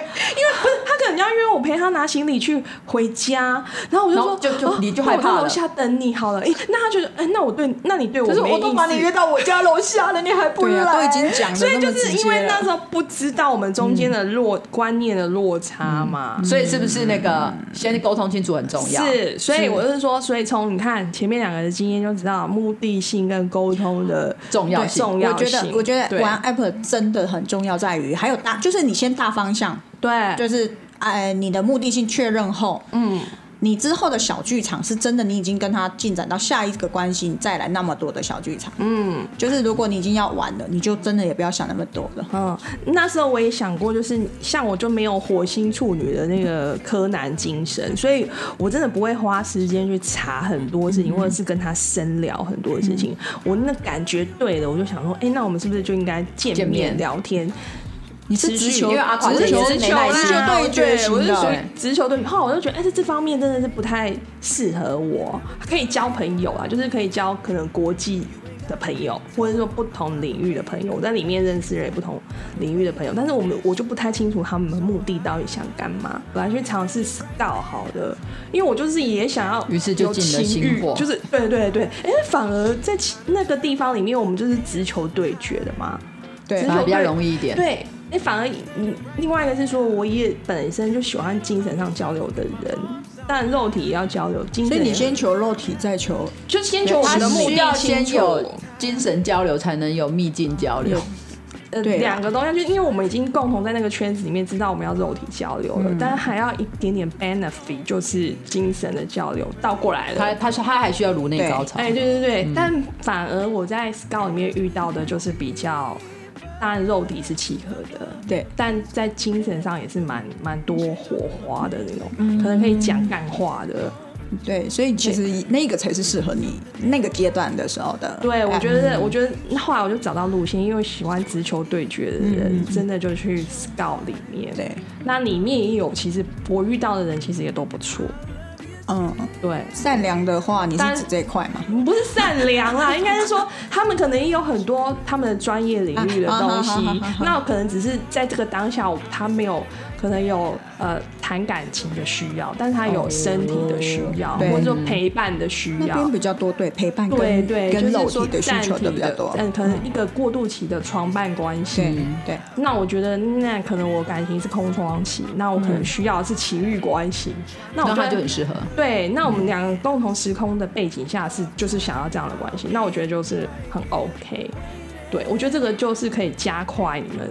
Speaker 5: 他可能要约我陪他拿行李去回家，然后我就
Speaker 1: 然
Speaker 5: 说
Speaker 1: 后就就
Speaker 5: 哦
Speaker 1: 你就害怕
Speaker 5: 那我
Speaker 1: 了
Speaker 5: 在楼下等你好了，哎、那他觉得哎、那我对那你对我
Speaker 1: 可
Speaker 5: 没
Speaker 1: 是
Speaker 5: 意思，
Speaker 1: 我都把你约到我家楼下了，你还不
Speaker 3: 对
Speaker 1: 来？
Speaker 3: 啊，都已经讲的
Speaker 5: 所以
Speaker 3: 那
Speaker 5: 就
Speaker 3: 么直
Speaker 5: 是
Speaker 3: 接
Speaker 5: 因为
Speaker 3: 了
Speaker 5: 那时候不知道我们中间的落、观念的落差嘛，
Speaker 1: 所以是不是那个先沟通清楚很重要？
Speaker 5: 是，所以我就是说，所以从你看前面两个的经验就知道，目的性跟沟通的
Speaker 1: 重要性
Speaker 5: 重
Speaker 3: 我
Speaker 5: 要
Speaker 3: 觉得
Speaker 5: 性，
Speaker 3: 我觉得
Speaker 5: 对
Speaker 3: 玩 app 真的很重要，在于还有大，就是你先大方向，
Speaker 5: 对，
Speaker 3: 就是哎、你的目的性确认后，
Speaker 5: 嗯，
Speaker 3: 你之后的小剧场是真的，你已经跟他进展到下一个关系，你再来那么多的小剧场，
Speaker 5: 嗯
Speaker 3: 就是如果你已经要玩了，你就真的也不要想那么多了。
Speaker 5: 嗯。那时候我也想过，就是像我就没有火星处女的那个柯南精神，所以我真的不会花时间去查很多事情，或者是跟他深聊很多事情。我那感觉对了，我就想说，哎、那我们是不是就应该
Speaker 1: 见
Speaker 5: 见
Speaker 1: 面
Speaker 5: 面聊天？
Speaker 3: 你是
Speaker 5: 持续
Speaker 3: 直球，啊
Speaker 1: 因为阿垮
Speaker 3: 直
Speaker 1: 这
Speaker 3: 球
Speaker 1: 也是
Speaker 3: 直
Speaker 1: 没
Speaker 3: 球
Speaker 1: 耐
Speaker 3: 直
Speaker 1: 心
Speaker 3: 球对决
Speaker 5: 对，我
Speaker 3: 型
Speaker 5: 是属
Speaker 3: 的
Speaker 5: 于。直球对决。后来我就觉得，哎、这这方面真的是不太适合我，可以交朋友啊，就是可以交可能国际的朋友，或者说不同领域的朋友。我在里面认识了不同领域的朋友，但是我们我就不太清楚他们的目的到底想干嘛。本来去尝试 scout 好的，因为我就是也想要有情欲，
Speaker 1: 于是就进了星火
Speaker 5: 就是对对对。哎、反而在其那个地方里面，我们就是直球对决的嘛。
Speaker 3: 对
Speaker 5: 直
Speaker 1: 反
Speaker 5: 球
Speaker 1: 而比较
Speaker 5: 对
Speaker 1: 容易一点。
Speaker 5: 对，那反而嗯，另外一个是说，我也本身就喜欢精神上交流的人，但肉体也要交流，精
Speaker 3: 所
Speaker 5: 神
Speaker 3: 以
Speaker 5: 也
Speaker 3: 你先求肉体，再求
Speaker 5: 就先求我
Speaker 1: 他
Speaker 5: 们的目
Speaker 1: 需
Speaker 5: 的
Speaker 1: 要
Speaker 5: 清
Speaker 1: 先
Speaker 5: 楚，
Speaker 1: 有精神交流，才能有秘境交流。
Speaker 5: 呃
Speaker 3: 对
Speaker 5: 两个东西，就因为我们已经共同在那个圈子里面知道我们要肉体交流了，但是还要一点点 benefit，就是精神的交流，倒过来了。
Speaker 1: 他他说他还需要颅内高潮
Speaker 5: 哎、，对对对，但反而我在 Scout 里面遇到的就是比较，当然肉体是契合的，
Speaker 3: 对
Speaker 5: 但在精神上也是蛮蛮多火花的那种，可能可以讲干话的。
Speaker 3: 对，所以其实那个才是适合你那个阶段的时候的 app。
Speaker 5: 对，我觉得，我觉得后来我就找到路线，因为喜欢直球对决的人，真的就去 Scout 里面。
Speaker 3: 对，
Speaker 5: 那里面也有，其实我遇到的人其实也都不错。
Speaker 3: 嗯，
Speaker 5: 对，
Speaker 3: 善良的话，你是指这一块吗？
Speaker 5: 不是善 良啦，应该是说他们可能也有很多他们的专业领域的东西
Speaker 3: 啊啊啊啊啊，
Speaker 5: 那可能只是在这个当下他没有可能有呃谈感情的需要，但是他有身体的需
Speaker 3: 哦
Speaker 5: 要，
Speaker 3: 对
Speaker 5: 或者说陪伴的需
Speaker 3: 那
Speaker 5: 要
Speaker 3: 边。比较多，对陪伴跟
Speaker 5: 对对，就
Speaker 3: 跟
Speaker 5: 是
Speaker 3: 肉
Speaker 5: 说
Speaker 3: 体的需
Speaker 5: 暂
Speaker 3: 求
Speaker 5: 停
Speaker 3: 都比较多。
Speaker 5: 嗯，可能一个过渡期的床伴关
Speaker 3: 对
Speaker 5: 系。
Speaker 3: 对，
Speaker 5: 那我觉得，那可能我感情是空窗期，那我可
Speaker 3: 嗯
Speaker 5: 能需要的是情欲关系。那我
Speaker 1: 那
Speaker 5: 觉
Speaker 1: 他
Speaker 5: 得
Speaker 1: 就很适合。
Speaker 5: 对，那我们两个共同时空的背景下是就是想要这样的关系，那我觉得就是很 OK。对，我觉得这个就是可以加快你们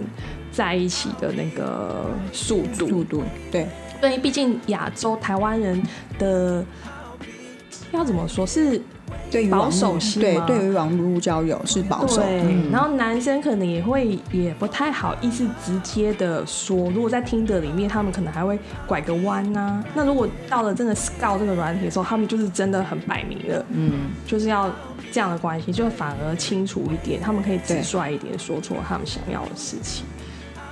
Speaker 5: 在一起的那个速度。
Speaker 3: 速度对，
Speaker 5: 对，毕竟亚洲台湾人的要怎么说是
Speaker 3: 对于
Speaker 5: 保
Speaker 3: 网络
Speaker 5: 守性
Speaker 3: 对
Speaker 5: 吗
Speaker 3: 对于网络交友是保守嗯的。
Speaker 5: 对，然后男生可能也会也不太好意思直接的说，如果在听的里面，他们可能还会拐个弯呐、那如果到了真的 scout 这个软体的时候，他们就是真的很摆明了，
Speaker 1: 嗯，
Speaker 5: 就是要这样的关系，就反而清楚一点，他们可以直
Speaker 3: 对
Speaker 5: 率一点，说出他们想要的事情。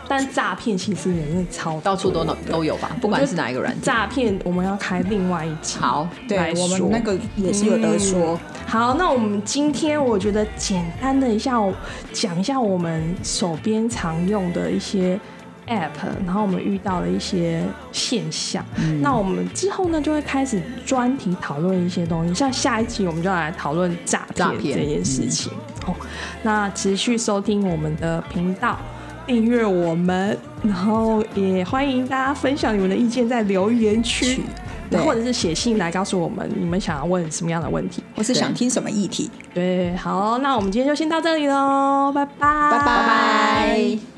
Speaker 5: 但诈骗其实也是超多
Speaker 1: 到处都能
Speaker 5: 的
Speaker 1: 都有吧，不管是哪一个软件。
Speaker 5: 诈骗，我们要开另外一集。
Speaker 1: 好，
Speaker 5: 来
Speaker 3: 对我
Speaker 5: 说
Speaker 3: 们
Speaker 5: 嗯
Speaker 3: 那个也是有的说，
Speaker 5: 好，那我们今天我觉得简单的一下我讲一下我们手边常用的一些 app，然后我们遇到的一些现象。那我们之后呢就会开始专题讨论一些东西，像下一集我们就来讨论诈
Speaker 1: 诈骗
Speaker 5: 骗这件事情。哦，那持续收听我们的频道。订阅我们，然后也欢迎大家分享你们的意见在留言区，
Speaker 3: 对
Speaker 5: 或者是写信来告诉我们你们想要问什么样的问题。
Speaker 3: 我是想听什么议题，
Speaker 5: 对，好，那我们今天就先到这里喽，拜拜，
Speaker 3: 拜拜。